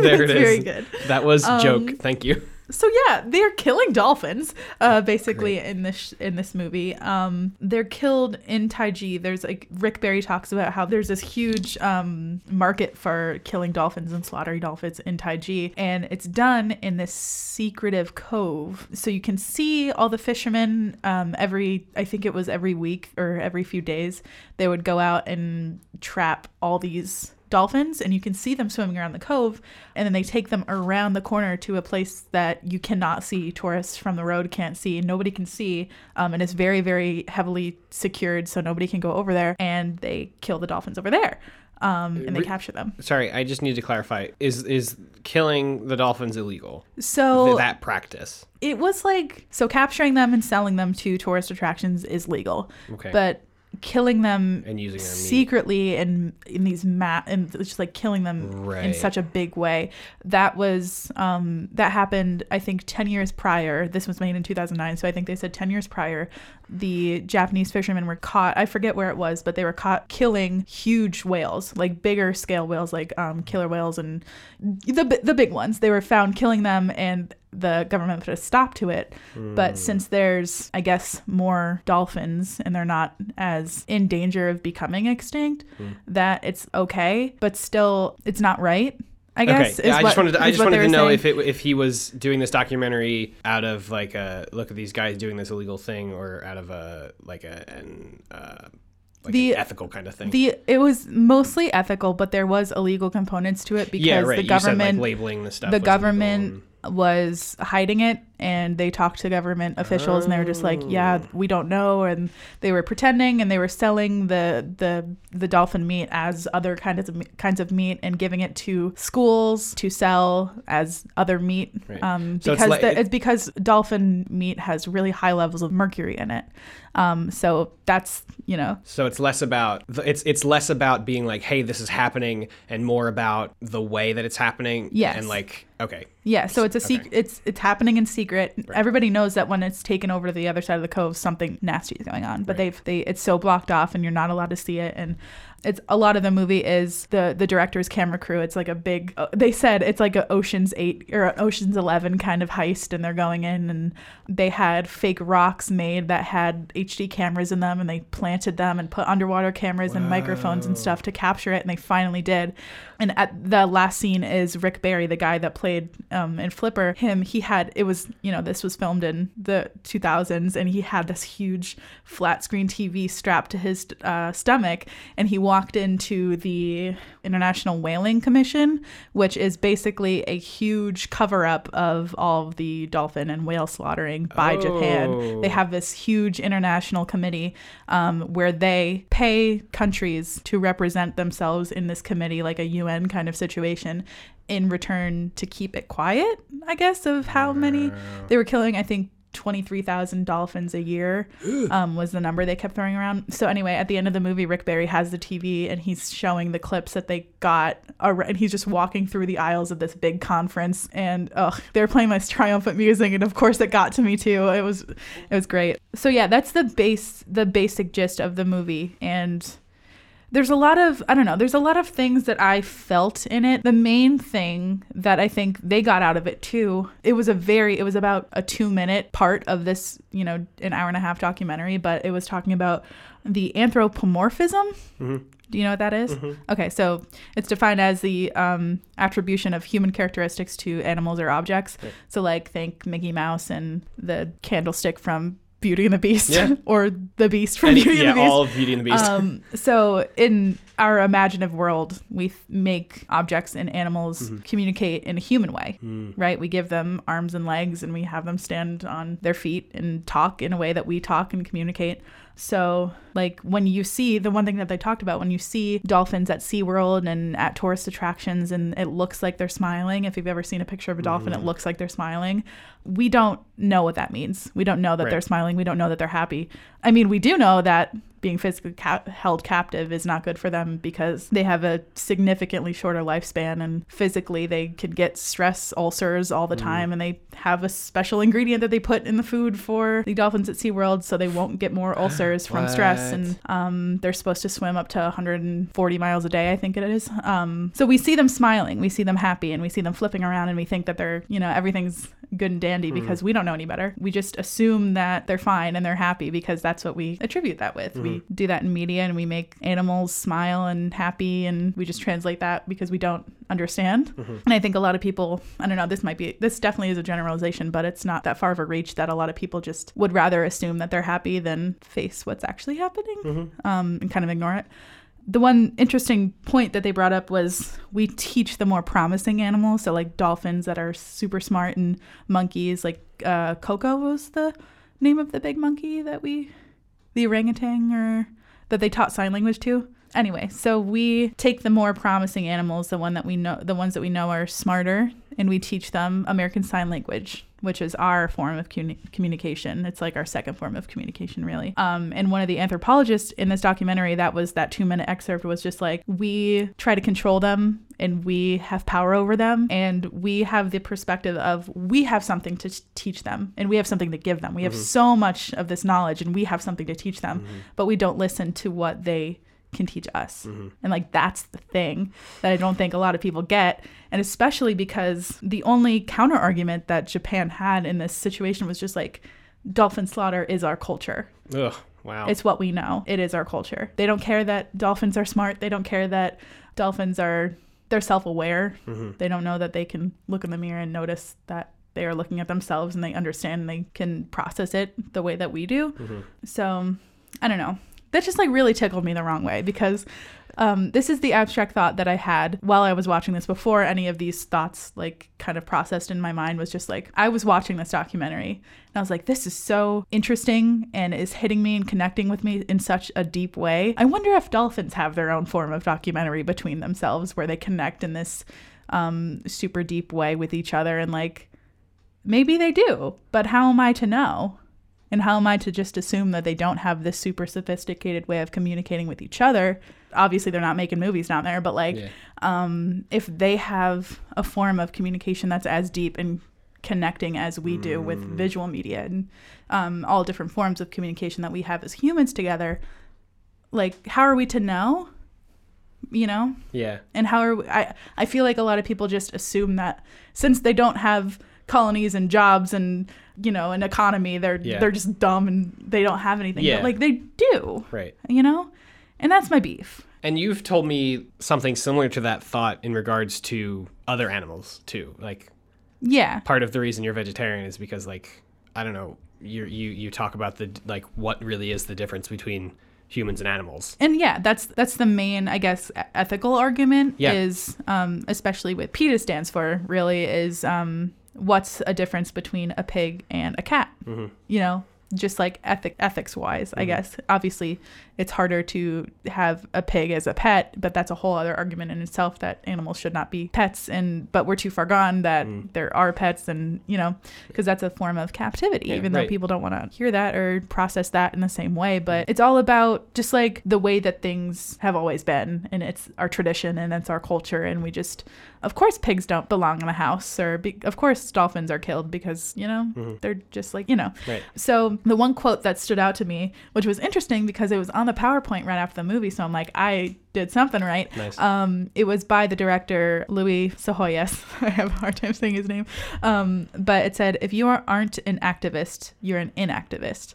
S2: There
S1: that's
S2: it is.
S1: very good.
S2: That was
S1: Um,
S2: joke. Thank you.
S1: So yeah, they are killing dolphins, uh, basically in this sh- in this movie. Um, they're killed in Taiji. There's like Rick Barry talks about how there's this huge um, market for killing dolphins and slaughtering dolphins in Taiji, and it's done in this secretive cove. So you can see all the fishermen um, every I think it was every week or every few days they would go out and trap all these dolphins and you can see them swimming around the cove and then they take them around the corner to a place that you cannot see tourists from the road can't see nobody can see um, and it's very very heavily secured so nobody can go over there and they kill the dolphins over there um, and they
S2: Re-
S1: capture them
S2: Sorry, I just need to clarify. Is is killing the dolphins illegal?
S1: so
S2: Th- that practice.
S1: it was like so capturing them and selling them to tourist attractions is legal
S2: Okay.
S1: but killing them
S2: and using their meat.
S1: secretly in in these map and just like killing them in
S2: Right.
S1: such a big way that was um that happened i think 10 years prior this was made in 2009 so i think they said 10 years prior the japanese fishermen were caught i forget where it was but they were caught killing huge whales like bigger scale whales like um killer whales and the bi- the big ones they were found killing them and the government put a stop to it
S2: Hmm.
S1: but since there's i guess more dolphins and they're not as in danger of becoming extinct
S2: Hmm.
S1: that it's okay but still it's not right i guess
S2: okay. Yeah,
S1: is
S2: I
S1: what-
S2: just wanted to, I
S1: is
S2: just
S1: what
S2: wanted
S1: they
S2: to
S1: were
S2: know
S1: saying.
S2: if it, if he was doing this documentary out of like a look at these guys doing this illegal thing or out of a like a an uh, like
S1: The-
S2: an ethical kind of thing.
S1: the it was mostly ethical but there was illegal components to it because
S2: yeah, right.
S1: the
S2: you
S1: government
S2: said, like, labeling the stuff.
S1: the
S2: was illegal
S1: government
S2: and-
S1: was hiding it and they talked to government officials and they were just like yeah
S2: Oh.
S1: we don't know and they were pretending and they were selling the the the dolphin meat as other kinds of kinds of meat and giving it to schools to sell as other meat
S2: Right.
S1: um,
S2: So it's
S1: because
S2: like-
S1: the, it's because dolphin meat has really high levels of mercury in it um, so that's you know
S2: So it's less about it's it's less about being like, hey, this is happening, and more about the way that it's happening.
S1: Yes.
S2: And like, okay,
S1: Yeah, so it's a secret. It's it's happening in secret. Everybody knows that when it's taken over to the other side of the cove, something nasty is going on. But they've they it's so blocked off, and you're not allowed to see it. And it's a lot of the movie is the the director's camera crew. It's like a big. uh, They said it's like a Ocean's Eight or a Ocean's Eleven kind of heist, and they're going in, and they had fake rocks made that had HD cameras in them, and they planted them and put underwater cameras and microphones and stuff to capture it, and they finally did. And at the last scene is Rick Barry, the guy that played um, in Flipper. Him, he had it was you know this was filmed in the 2000s, and he had this huge flat screen TV strapped to his uh, stomach, and he walked into the International Whaling Commission, which is basically a huge cover up of all of the dolphin and whale slaughtering by Japan. They
S2: Oh.
S1: have this huge international committee um, where they pay countries to represent themselves in this committee, like a UN kind of situation, in return to keep it quiet, I guess, of how many they were killing. I think. 23,000 dolphins a year um, was the number they kept throwing around. So, anyway, at the end of the movie, Rick Barry has the TV and he's showing the clips that they got. ar- And he's just walking through the aisles of this big conference. And ugh, they're playing this triumphant music. And of course, it got to me too. It was it was great. So yeah, that's the base the basic gist of the movie and there's a lot of I don't know, there's a lot of things that I felt in it. The main thing that I think they got out of it too, it was a very it was about a 2 minute part of this, you know, an hour and a half documentary, but it was talking about the anthropomorphism.
S2: Mhm.
S1: Do you know what that is? Okay, so it's defined as the um, attribution of human characteristics to animals or objects. So, like, think Mickey Mouse and the candlestick from Beauty and the Beast,
S2: Yeah.
S1: or the Beast from
S2: Any-
S1: Beauty
S2: yeah,
S1: and the Beast.
S2: all of Beauty and the Beast.
S1: Um, so in our imaginative world, we th- make objects and animals communicate in a human way, right? We give them arms and legs and we have them stand on their feet and talk in a way that we talk and communicate. So, like when you see the one thing that they talked about, when you see dolphins at SeaWorld and at tourist attractions and it looks like they're smiling, if you've ever seen a picture of a dolphin, it looks like they're smiling. We don't know what that means. We don't know that
S2: Right.
S1: they're smiling. We don't know that they're happy. I mean, we do know that being physically ca- held captive is not good for them because they have a significantly shorter lifespan and physically they could get stress ulcers all the time and they have a special ingredient that they put in the food for the dolphins at SeaWorld so they won't get more ulcers from stress
S2: What?
S1: and um, they're supposed to swim up to 140 miles a day I think it is um, so we see them smiling we see them happy and we see them flipping around and we think that they're you know everything's good and dandy because we don't know any better. We just assume that they're fine and they're happy because that's what we attribute that with. We do that in media and we make animals smile and happy and we just translate that because we don't understand. And I think a lot of people, I don't know, this might be, this definitely is a generalization, but it's not that far of a reach that a lot of people just would rather assume that they're happy than face what's actually happening um, and kind of ignore it the one interesting point that they brought up was we teach the more promising animals, so like dolphins that are super smart and monkeys, like uh, Coco was the name of the big monkey that we, the orangutan or that they taught sign language to. Anyway, so we take the more promising animals, the one that we know, the ones that we know are smarter, and we teach them American Sign Language, which is our form of communi- communication. It's like our second form of communication, really. Um, and one of the anthropologists in this documentary, that was that two minute excerpt, was just like, we try to control them and we have power over them and we have the perspective of we have something to t- teach them and we have something to give them we have so much of this knowledge and we have something to teach them but we don't listen to what they can teach us and like that's the thing that i don't think a lot of people get and especially because the only counter argument that japan had in this situation was just like dolphin slaughter is our culture
S2: Ugh, wow.
S1: it's what we know. It is our culture. They don't care that dolphins are smart. They don't care that dolphins are they're self-aware. They don't know that they can look in the mirror and notice that they are looking at themselves and they understand and they can process it the way that we do. So, I don't know. That just like really tickled me the wrong way because um, this is the abstract thought that I had while I was watching this before any of these thoughts like kind of processed in my mind was just like I was watching this documentary and I was like this is so interesting and is hitting me and connecting with me in such a deep way. I wonder if dolphins have their own form of documentary between themselves where they connect in this um, super deep way with each other and like maybe they do, but how am I to know? And how am I to just assume that they don't have this super sophisticated way of communicating with each other? Obviously, they're not making movies down there, but like,
S2: Yeah.
S1: um, if they have a form of communication that's as deep and connecting as we do with visual media and um, all different forms of communication that we have as humans together, like, how are we to know? You know?
S2: yeah.
S1: and how are we, I I feel like a lot of people just assume that since they don't have colonies and jobs and you know an economy they're
S2: Yeah.
S1: they're just dumb and they don't have anything
S2: Yeah.
S1: but like they do
S2: Right.
S1: you know and that's my beef
S2: And you've told me something similar to that thought in regards to other animals too. Like
S1: yeah
S2: part of the reason you're vegetarian is because like I don't know, you you you talk about the like what really is the difference between humans and animals.
S1: and yeah that's that's the main i guess e- ethical argument
S2: Yeah.
S1: is um especially what peta stands for really is um what's a difference between a pig and a cat you know just like ethic ethics wise i guess obviously it's harder to have a pig as a pet but that's a whole other argument in itself that animals should not be pets and but we're too far gone that there are pets and you know because that's a form of captivity even though
S2: right.
S1: people don't want to hear that or process that in the same way but it's all about just like the way that things have always been and it's our tradition and it's our culture and we just of course pigs don't belong in a house or be, of course dolphins are killed because you know they're just like you know
S2: Right.
S1: so um, the one quote that stood out to me, which was interesting because it was on the PowerPoint right after the movie, so I'm like, I did something right.
S2: Nice.
S1: Um, it was by the director Louis Sahoyas. I have a hard time saying his name, um, but it said, "If you are- aren't an activist, you're an inactivist,"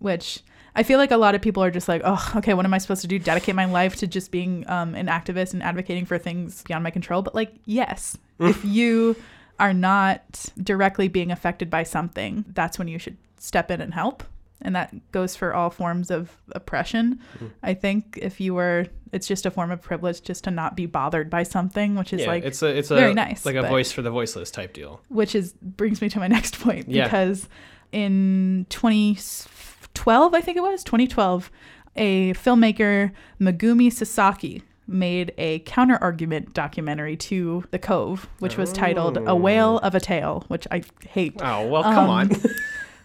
S1: which I feel like a lot of people are just like, "Oh, okay, what am I supposed to do? Dedicate my life to just being um, an activist and advocating for things beyond my control?" But like, yes, if you are not directly being affected by something, that's when you should step in and help. And that goes for all forms of oppression. I think if you were, it's just a form of privilege just to not be bothered by something, which is
S2: yeah,
S1: like,
S2: it's a it's a
S1: very nice,
S2: like a
S1: but-
S2: voice for the voiceless type deal.
S1: which is brings me to my next point
S2: Yeah.
S1: because in 2012, I think it was 2012, a filmmaker Megumi Sasaki made a counter argument documentary to The Cove, which was titled A Whale of a Tale, which I hate.
S2: Oh well, come
S1: Um,
S2: on.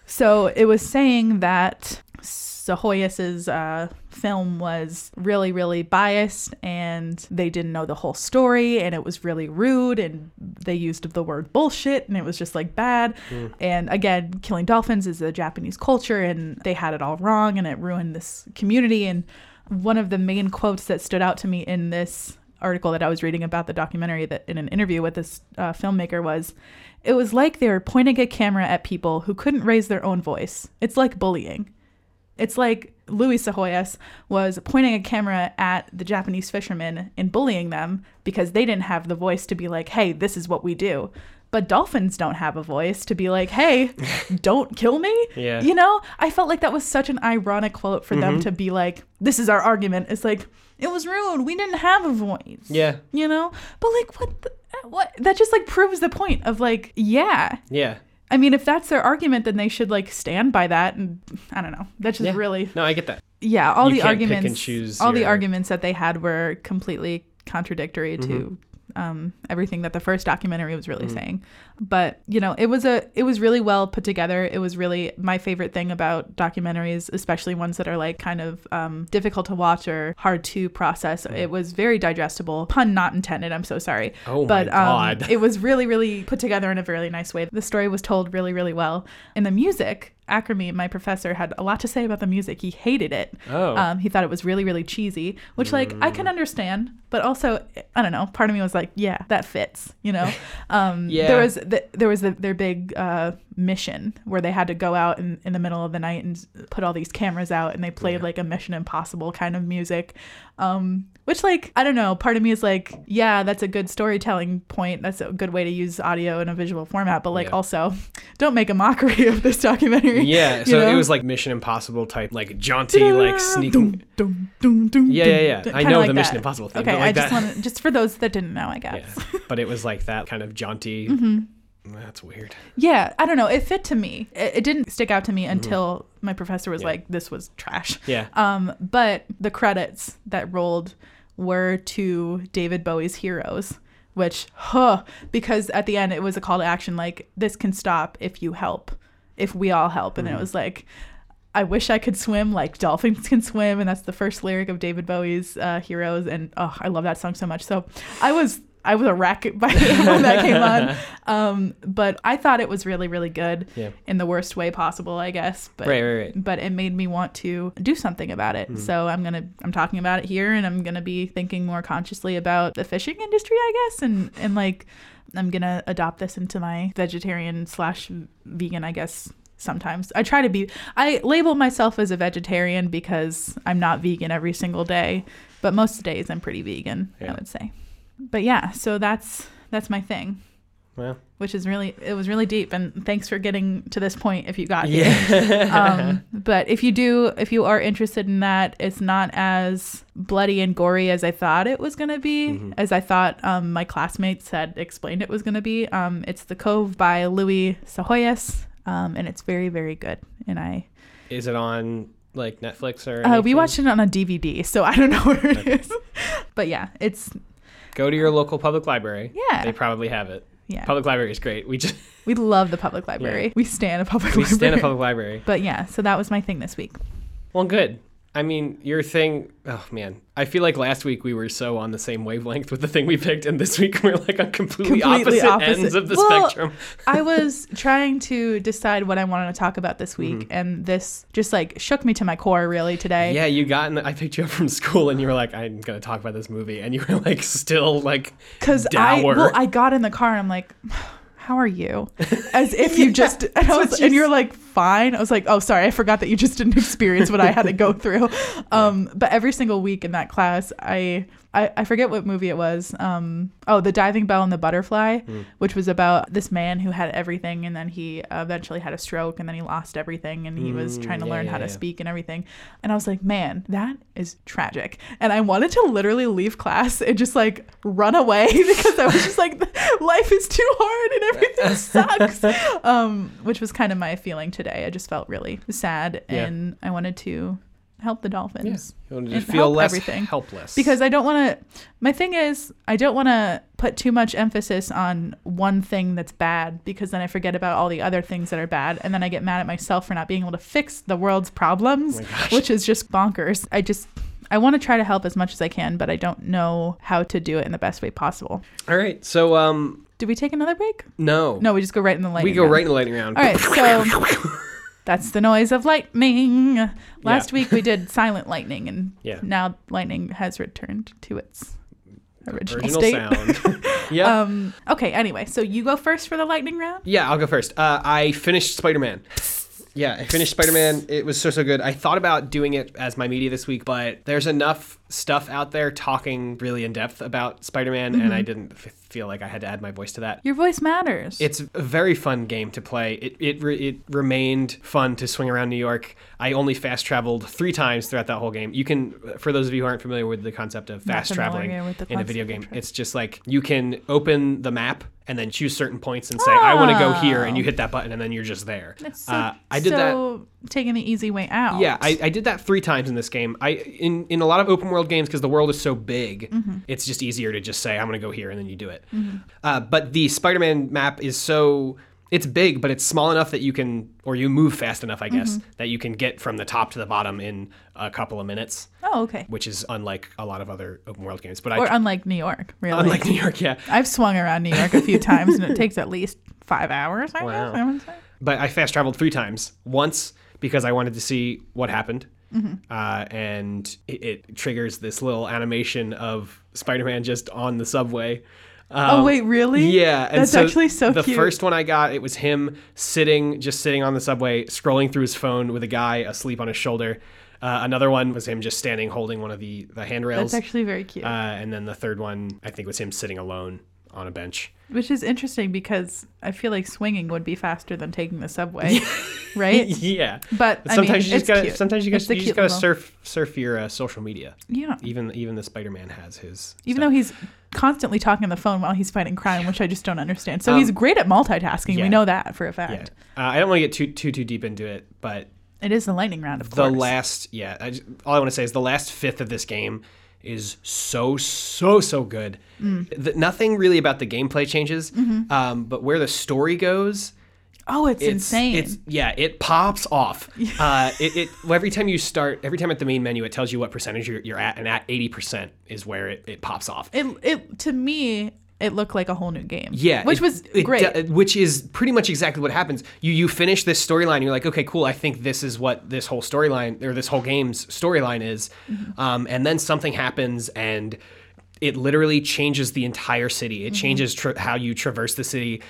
S1: So it was saying that Sahoyas's uh, film was really, really biased, and they didn't know the whole story, and it was really rude, and they used the word bullshit, and it was just like bad. And again, killing dolphins is the Japanese culture, and they had it all wrong, and it ruined this community. And one of the main quotes that stood out to me in this article that I was reading about the documentary that in an interview with this uh, filmmaker was it was like they were pointing a camera at people who couldn't raise their own voice. It's like bullying. It's like Luis Sahoyas was pointing a camera at the Japanese fishermen and bullying them because they didn't have the voice to be like, hey, this is what we do. But dolphins don't have a voice to be like, hey, don't kill me.
S2: Yeah. Mm-hmm.
S1: You know, I felt like that was such an ironic quote for them to be like, this is our argument. It's like, it was rude. We didn't have a voice
S2: yeah,
S1: you know but like what the, what that just like proves the point of like yeah
S2: yeah.
S1: i mean if that's their argument then they should like stand by that and i don't know that's just
S2: Yeah.
S1: really
S2: No, I get that.
S1: yeah all the
S2: You can't pick and
S1: arguments
S2: choose
S1: all the
S2: your-
S1: arguments that they had were completely contradictory to
S2: Mm-hmm.
S1: um, everything that the first documentary was
S2: Mm.
S1: really saying but you know it was a it was really well put together it was really my favorite thing about documentaries especially ones that are like kind of um, difficult to watch or hard to process
S2: Mm.
S1: it was very digestible pun not intended i'm so sorry
S2: Oh my
S1: but um,
S2: God.
S1: it was really really put together in a really nice way the story was told really really well and the music Acrame, my professor, had a lot to say about the music. He hated it.
S2: Oh. Mm.
S1: Um, he thought it was really, really cheesy, which, like, I can understand, but also, I don't know. Part of me was like, yeah, that fits, you know. Um,
S2: Yeah.
S1: There was the, there was the, their big uh, mission where they had to go out in, in the middle of the night and s- put all these cameras out, and they played like a Mission Impossible kind of music, um, which, like, I don't know. Part of me is like, yeah, that's a good storytelling point. That's a good way to use audio in a visual format, but like,
S2: Yeah.
S1: also, don't make a mockery of this documentary.
S2: Yeah,
S1: you
S2: so it
S1: know?
S2: was like Mission Impossible type, like jaunty, like sneaking.
S1: Dum, dum, dum,
S2: Yeah,
S1: dum,
S2: yeah, yeah.
S1: dum.
S2: I
S1: Kinda
S2: know
S1: like
S2: the Mission
S1: that.
S2: Impossible thing,
S1: Okay,
S2: but like
S1: I just
S2: that-
S1: wanted just for those that didn't know, I guess.
S2: Yeah, but it was like that kind of jaunty.
S1: Mm-hmm.
S2: That's weird.
S1: Yeah, I don't know. It fit to me. It, it didn't stick out to me until my professor was like, "This was trash."
S2: Yeah.
S1: Um, but the credits that rolled were to David Bowie's Heroes, which, huh, because at the end it was a call to action like, "This can stop if you help, if we all help," and it was like. I wish I could swim like dolphins can swim, and that's the first lyric of David Bowie's uh, "Heroes," and oh, I love that song so much. So I was I was a wreck by when that came on, um, but I thought it was really really good
S2: Yeah.
S1: in the worst way possible, I guess. But
S2: Right, right, right.
S1: but it made me want to do something about
S2: Hmm.
S1: it. So I'm gonna I'm talking about it here, and I'm gonna be thinking more consciously about the fishing industry, I guess, and and like I'm gonna adopt this into my vegetarian slash vegan, I guess. Sometimes I try to be. I label myself as a vegetarian because I'm not vegan every single day, but most days I'm pretty vegan. I
S2: Yeah.
S1: would say. But yeah, so that's that's my thing,
S2: Well,
S1: which is really it was really deep. And thanks for getting to this point if you got here
S2: yeah.
S1: um, but if you do, if you are interested in that, it's not as bloody and gory as I thought it was going to be, as I thought um, my classmates had explained it was going to be. Um, it's The Cove by Louis Sahoyas, um, and it's very, very good. And I,
S2: Is it on like Netflix or?
S1: uh, we
S2: anything?
S1: watched it on a DVD, so I don't know where it is. but yeah, it's,
S2: Go to your local public library.
S1: Yeah.
S2: They probably have it.
S1: yeah.
S2: Public library is great. We just
S1: we love the public library. We stand a public
S2: we
S1: library.
S2: stand a public library.
S1: But yeah, so that was my thing this week.
S2: Well, good. I mean, your thing. Oh man, I feel like last week we were so on the same wavelength with the thing we picked, and this week we're like on completely,
S1: Completely
S2: opposite,
S1: opposite.
S2: ends of the
S1: Well,
S2: spectrum.
S1: I was trying to decide what I wanted to talk about this week, and this just like shook me to my core really today.
S2: Yeah, you got. In the, I picked you up from school, and you were like, "I'm gonna talk about this movie," and you were like, still like,
S1: Cause I
S2: Dour.
S1: well, I got in the car and I'm like, how are you? As if you just and, I
S2: what
S1: was,
S2: you
S1: and you're like fine. I was like, oh sorry, I forgot that you just didn't experience what I had to go through. Um, but every single week in that class, I I, I forget what movie it was. Um, oh, the diving bell and the butterfly,
S2: Hmm.
S1: which was about this man who had everything and then he eventually had a stroke and then he lost everything and he was
S2: Mm,
S1: trying to
S2: yeah,
S1: learn
S2: yeah,
S1: how to
S2: yeah.
S1: speak speak and everything. And I was like, man, that is tragic. And I wanted to literally leave class and just like run away because I was just like, life is too hard and everything sucks. um, which was kind of my feeling today. I just felt really sad
S2: Yeah.
S1: and I wanted to help the dolphins.
S2: you wanted to
S1: And
S2: feel
S1: help
S2: less
S1: everything.
S2: helpless
S1: Because I don't want to, my thing is, I don't want to put too much emphasis on one thing that's bad because then I forget about all the other things that are bad. And then I get mad at myself for not being able to fix the world's problems,
S2: Oh my gosh.
S1: which is just bonkers. I just, I want to try to help as much as I can, but I don't know how to do it in the best way possible.
S2: All right, so um,
S1: Do we take another break?
S2: no,
S1: No, we just go right in the light.
S2: we go right in the lightning round.
S1: All right, so that's the noise of lightning. Last
S2: Yeah.
S1: week we did silent lightning, and
S2: Yeah.
S1: now lightning has returned to its original,
S2: original
S1: state.
S2: sound. yeah,
S1: Um, okay, anyway, so you go first for the lightning round.
S2: Yeah, I'll go first. Uh, I finished Spider Man. Yeah, I finished Spider Man. It was so, so good. I thought about doing it as my media this week, but there's enough stuff out there talking really in depth about Spider Man,
S1: Mm-hmm.
S2: and I didn't f- feel like I had to add my voice to that.
S1: Your voice matters.
S2: It's a very fun game to play. It it, re- it remained fun to swing around New York. I only fast traveled three times throughout that whole game. You can, for those of you who aren't familiar with the concept of fast traveling
S1: familiar with the
S2: in a
S1: concept
S2: video
S1: of
S2: game,
S1: travel.
S2: it's just like you can open the map and then choose certain points and say, I want to go here, and you hit that button, and then you're just there.
S1: Ah. That's so,
S2: Uh, I did that.
S1: so taking the easy way out.
S2: Yeah, I, I did that three times in this game. I in in a lot of open world games because the world is so big, it's just easier to just say I'm gonna go here and then you do it. Uh, but the Spider-Man map is so it's big, but it's small enough that you can or you move fast enough, I guess, that you can get from the top to the bottom in a couple of minutes,
S1: oh, okay.
S2: which is unlike a lot of other open world games. But
S1: Or
S2: I
S1: unlike New York, really.
S2: unlike New York, yeah.
S1: I've swung around New York a few times, and it takes at least five hours. I
S2: Wow.
S1: guess. I would say.
S2: but I fast traveled three times. Once because I wanted to see what happened,
S1: Mm-hmm.
S2: uh, and it, it triggers this little animation of Spider-Man just on the subway.
S1: Oh
S2: Um,
S1: wait, really?
S2: Yeah, and
S1: that's
S2: so
S1: actually so
S2: The
S1: cute.
S2: first one I got, it was him sitting, just sitting on the subway, scrolling through his phone with a guy asleep on his shoulder. Uh, another one was him just standing, holding one of the the handrails.
S1: That's actually very cute.
S2: uh, and then the third one, I think, was him sitting alone on a bench.
S1: Which is interesting because I feel like swinging would be faster than taking the subway, right?
S2: yeah.
S1: But I
S2: sometimes
S1: mean,
S2: you just
S1: it's
S2: gotta
S1: cute.
S2: sometimes you,
S1: It's
S2: gotta,
S1: a
S2: you just
S1: cute
S2: gotta
S1: little-
S2: surf surf your uh, social media
S1: Yeah,
S2: even even the spider-man has his
S1: even
S2: stuff.
S1: though he's constantly talking on the phone while he's fighting crime, which I just don't understand. So
S2: Um,
S1: he's great at multitasking.
S2: yeah.
S1: We know that for a
S2: yeah
S1: fact.
S2: uh, i don't want to get too too too deep into it but
S1: It is the lightning round, of
S2: the
S1: course.
S2: last yeah I just, all i want to say is the last fifth of this game is so so so good
S1: Mm.
S2: The- nothing really about the gameplay changes um, but where the story goes
S1: oh, Mm-hmm. it's, insane.
S2: It's yeah, it pops off. uh, it, it well, every time you start, every time at the main menu, it tells you what percentage you're, you're at, and at eighty percent is where it, it pops off.
S1: it it to me it looked like a whole new game.
S2: Yeah,
S1: which
S2: it-
S1: was
S2: it
S1: great.
S2: do- which is pretty much exactly what happens. You you finish this storyline, you're like, okay, cool. I think this is what this whole storyline or this whole game's storyline is,
S1: Mm-hmm.
S2: um, and then something happens and. It literally changes the entire city. It
S1: Mm-hmm.
S2: changes tra- how you traverse the city.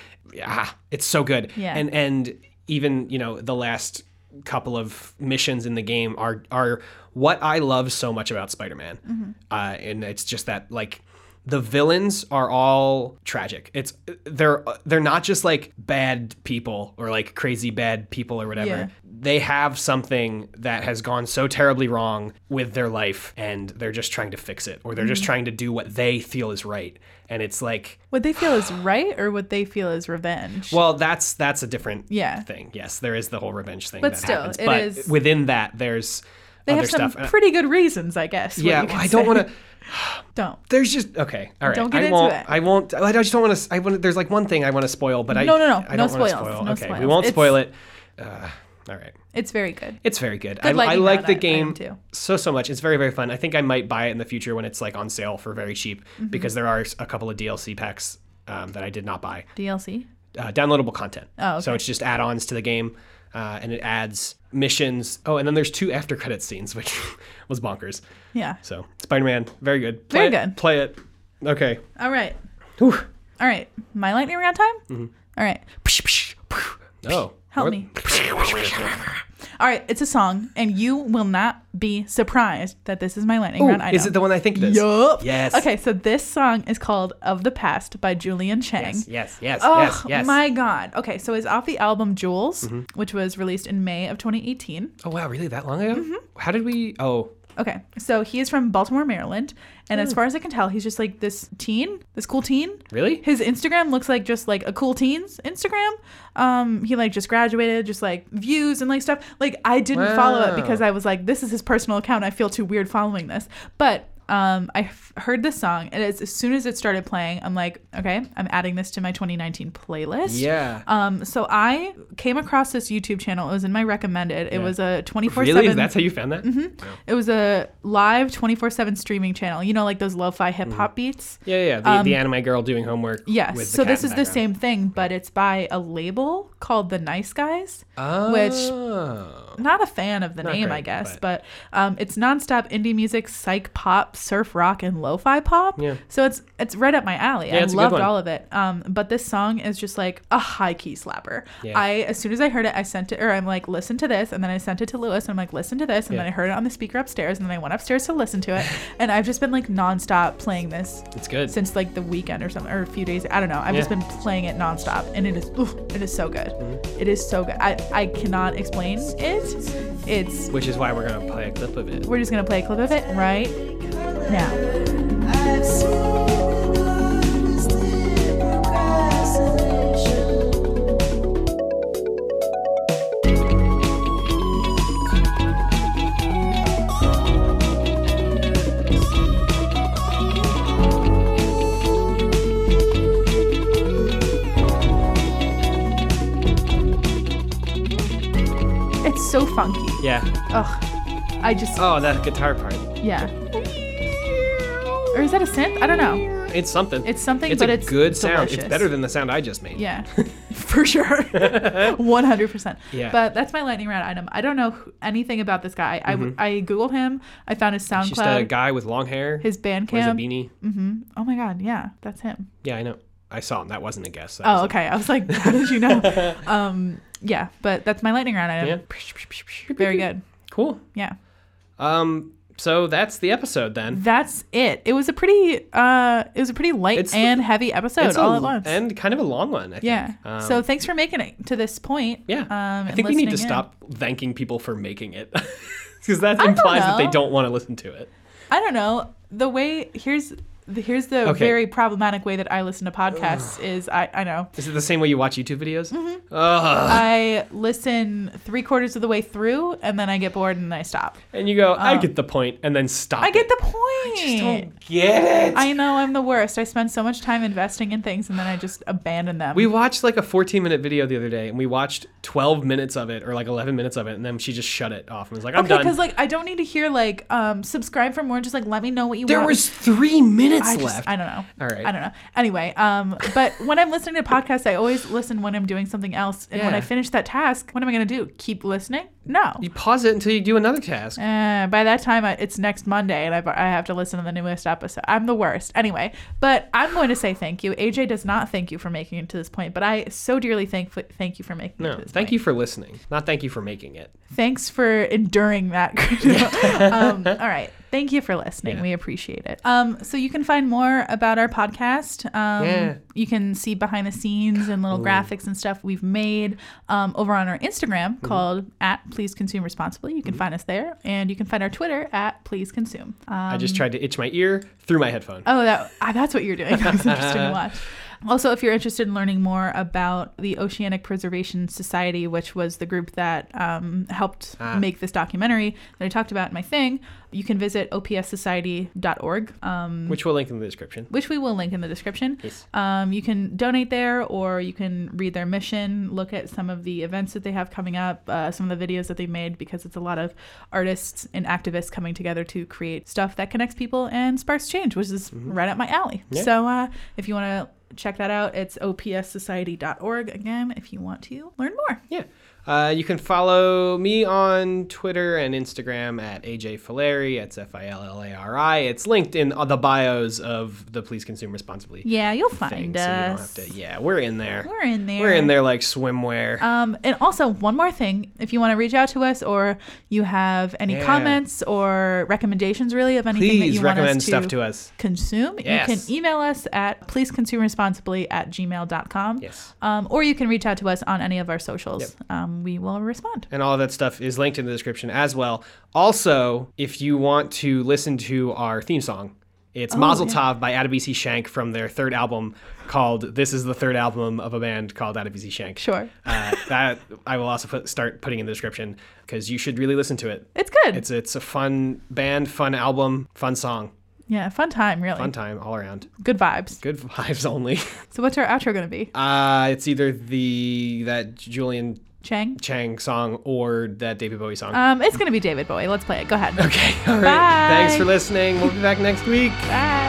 S2: Ah, it's so good.
S1: Yeah.
S2: And and even you know the last couple of missions in the game are are what I love so much about Spider-Man, uh, and it's just that like the villains are all tragic. It's they're they're not just like bad people or like crazy bad people or whatever.
S1: Yeah.
S2: They have something that has gone so terribly wrong with their life, and they're just trying to fix it, or they're just trying to do what they feel is right. And it's like
S1: what they feel is right, or what they feel is revenge.
S2: well, that's that's a different
S1: Yeah.
S2: thing. Yes, there is the whole revenge thing.
S1: But
S2: that
S1: still,
S2: happens.
S1: it
S2: but
S1: is-
S2: within that. There's
S1: they
S2: other
S1: have some
S2: stuff. And I-
S1: pretty good reasons, I guess. what
S2: yeah,
S1: you can
S2: I don't
S1: say.
S2: want to.
S1: Don't.
S2: There's just okay. All right,
S1: Don't get
S2: I
S1: into
S2: won't,
S1: it.
S2: I won't. I just don't want to. I want. There's like one thing I want to spoil, but I
S1: No, no, no.
S2: I
S1: No
S2: don't wanna
S1: spoils.
S2: Spoil.
S1: No
S2: okay, we
S1: spoils.
S2: won't
S1: It's-
S2: spoil it. Uh, all right.
S1: It's very good.
S2: It's very good.
S1: Good
S2: I, I
S1: lighting
S2: like
S1: though,
S2: the
S1: I- I am
S2: game
S1: too.
S2: so so much. It's very very fun. I think I might buy it in the future when it's like on sale for very cheap
S1: Mm-hmm.
S2: because there are a couple of DLC packs um, that I did not buy.
S1: DLC.
S2: Uh, downloadable content.
S1: Oh, okay.
S2: so it's just add-ons to the game, uh, and it adds missions. Oh, and then there's two after credit scenes, which was bonkers.
S1: Yeah.
S2: So Spider-Man, very good.
S1: Very
S2: Play it-
S1: good.
S2: play it. Okay.
S1: All right.
S2: Whew. Mm-hmm.
S1: All right. My lightning round time. All right.
S2: Oh,
S1: Help
S2: We're-
S1: me. All right. It's a song, and you will not be surprised that this is my lightning
S2: Ooh,
S1: round item.
S2: is it the one I think it is?
S1: Yup.
S2: Yes.
S1: Okay, so this song is called "Of the Past" by Julian Chang.
S2: Yes. Yes. Yes.
S1: Oh
S2: yes. Yes. Mm-hmm.
S1: my god. Okay, so it's off the album Jewels, which was released in May of 2018.
S2: Oh wow, really? That long ago?
S1: Mm-hmm.
S2: How did we? Oh,
S1: Okay, so he is from Baltimore, Maryland, and
S2: Mm.
S1: as far as I can tell, he's just like this teen, this cool teen.
S2: really?
S1: His Instagram looks like just like a cool teen's Instagram. Um, he like just graduated, just like views and like stuff. Like I didn't follow it
S2: Wow.
S1: because I was like, this is his personal account. I feel too weird following this. But um, I f- heard this song, and as, as soon as it started playing, I'm like, okay, I'm adding this to my 2019 playlist.
S2: Yeah.
S1: Um, so I came across this YouTube channel. It was in my recommended. It was a 24
S2: really?
S1: 7.
S2: That's how you found that? Wow.
S1: It was a live 24 7 streaming channel. You know, like those lo fi
S2: Mm-hmm.
S1: hip hop beats?
S2: Yeah, yeah. The, the anime girl doing homework.
S1: Um, Yes.
S2: with the
S1: So
S2: cat
S1: this
S2: in
S1: is the
S2: background.
S1: same thing, but it's by a label called The Nice Guys. which-
S2: Oh.
S1: Not a fan of the
S2: Not
S1: name,
S2: great,
S1: I guess,
S2: but-
S1: but, um, it's nonstop indie music, psych pop, surf rock, and lo-fi pop.
S2: Yeah.
S1: So it's it's right up my alley. I
S2: it's a good
S1: loved
S2: one.
S1: all of it. Um, but this song is just like a high key slapper.
S2: Yeah.
S1: I as soon as I heard it, I sent it, or I'm like, listen to this, and then I sent it to Lewis, and I'm like, listen to this, and
S2: Yeah.
S1: then I heard it on the speaker upstairs, and then I went upstairs to listen to it, and I've just been like nonstop playing this
S2: It's good.
S1: since like the weekend or something or a few days. I don't know. I've just
S2: Yeah.
S1: been playing it nonstop, and it is oof, it is so good.
S2: Mm-hmm.
S1: It is so good. I I cannot explain it. It's
S2: which is why we're going to play a clip of it.
S1: we're just gonna play a clip of it right now.
S4: I've seen honesty, procrastination.
S1: It's so funky.
S2: Yeah.
S1: Ugh. I just
S2: Oh, that guitar part.
S1: yeah. Or is that a synth? I don't know.
S2: It's something.
S1: It's something,
S2: it's
S1: but
S2: a
S1: it's
S2: good sound. It's
S1: delicious.
S2: better than the sound I just made.
S1: Yeah, for sure, one hundred percent.
S2: Yeah.
S1: But that's my lightning round item. I don't know who- anything about this guy. I, I googled him. I found his
S2: It's Mm-hmm. just a
S1: SoundCloud,
S2: guy with long hair.
S1: his
S2: wears a
S1: Bandcamp.
S2: beanie.
S1: Mm-hmm. Oh my god, yeah, that's him.
S2: Yeah, I know. I saw him. That wasn't a guess. That
S1: Oh,
S2: was a-
S1: okay. I was like, how did you know? um, yeah, but that's my lightning round item. Very good.
S2: Cool.
S1: Yeah,
S2: Um, so that's the episode then.
S1: that's it. It was a pretty, uh, it was a pretty light
S2: It's-
S1: and heavy episode
S2: a
S1: all at
S2: l-
S1: once.
S2: And kind of a long one, I
S1: yeah.
S2: think. Um,
S1: so thanks for making it to this point.
S2: Yeah.
S1: Um,
S2: I think we need to
S1: listening in.
S2: stop thanking people for making it. Because that
S1: don't
S2: implies that they
S1: know.
S2: don't want to listen to it.
S1: I don't know. The way here's the, here's the
S2: Okay.
S1: very problematic way that I listen to podcasts is I I know
S2: Is it the same way you watch YouTube videos? Mm-hmm.
S1: I listen three quarters of the way through and then I get bored and I stop.
S2: and you go, I get the point, and then stop.
S1: Oh. I get
S2: it.
S1: the point.
S2: Just don't get it.
S1: I know I'm the worst. I spend so much time investing in things and then I just abandon them.
S2: we watched like a 14 minute video the other day, and we watched 12 minutes of it or like 11 minutes of it, and then she just shut it off and was like, I'm
S1: okay,
S2: done.
S1: because like I don't need to hear like um subscribe for more. Just like let me know what you
S2: there
S1: want.
S2: was three minutes
S1: I just-
S2: left.
S1: I don't know.
S2: All right.
S1: I don't know. Anyway, um, but when I'm listening to podcasts, I always listen when I'm doing something else. And when
S2: Yeah.
S1: I finish that task, what am I going to do? Keep listening? No.
S2: you pause it until you do another task.
S1: Uh, by that time, I, it's next Monday, and I've, I have to listen to the newest episode. I'm the worst. Anyway, but I'm going to say thank you. AJ does not thank you for making it to this point, but I so dearly thank thank you for making it
S2: No,
S1: to this
S2: thank
S1: point.
S2: you for listening. Not thank you for making it.
S1: Thanks for enduring that. um, all right. Thank you for listening.
S2: Yeah.
S1: We appreciate it. Um, so you can find more about our podcast. Um,
S2: Yeah.
S1: You can see behind the scenes and little graphics and stuff we've made um, over on our Instagram
S2: Mm-hmm.
S1: called at Please Consume Responsibly. You can find us there, and you can find our Twitter at Please Consume. Um,
S2: I just tried to itch my ear through my headphone.
S1: oh, that ah, that's what you're doing. That was interesting to watch. Also, if you're interested in learning more about the Oceanic Preservation Society, which was the group that um, helped
S2: Ah.
S1: make this documentary that I talked about in my thing, you can visit opssociety.org, um,
S2: which we'll link in the description.
S1: which we will link in the description.
S2: Yes.
S1: Um, you can donate there, or you can read their mission, look at some of the events that they have coming up, uh, some of the videos that they made, because it's a lot of artists and activists coming together to create stuff that connects people and sparks change, which is right up my alley.
S2: Mm-hmm. Yeah.
S1: So uh, if you want to check that out, it's opssociety.org again if you want to learn more.
S2: Yeah. Uh, you can follow me on Twitter and Instagram at AJ Filari. It's F I L L A R I. It's linked in the bios of the Please Consume Responsibly
S1: Yeah, you'll
S2: thing.
S1: find
S2: so you don't
S1: us.
S2: have to, yeah, we're in there.
S1: We're in there.
S2: We're in there like swimwear.
S1: Um, and also, one more thing if you want to reach out to us or you have any
S2: Yeah.
S1: comments or recommendations, really, of anything that
S2: Please
S1: you want
S2: recommend
S1: us to,
S2: stuff to us.
S1: consume, you
S2: Yes.
S1: can email us at pleaseconsumeresponsibly at gmail.com.
S2: Yes.
S1: Um, or you can reach out to us on any of our socials.
S2: Yep.
S1: Um, we will respond.
S2: and all of that stuff is linked in the description as well. Also, if you want to listen to our theme song, it's
S1: Oh,
S2: Mazel Tov by Adabisi Shank from their third album called This is the third album of a band called Adabisi Shank.
S1: Sure.
S2: Uh, that I will also put, start putting in the description because you should really listen to it.
S1: It's good.
S2: It's it's a fun band, fun album, fun song,
S1: yeah, fun time, really.
S2: fun time all around.
S1: Good vibes.
S2: Good vibes only.
S1: So, what's our outro going to be?
S2: Uh, it's either the that Julian
S1: Chang?
S2: Chang song or that David Bowie
S1: Uh,
S2: song.
S1: Um, it's going to be David Bowie. Let's play it. Go ahead.
S2: Okay. All right.
S1: Bye.
S2: Thanks for listening. We'll be back next week.
S1: Bye.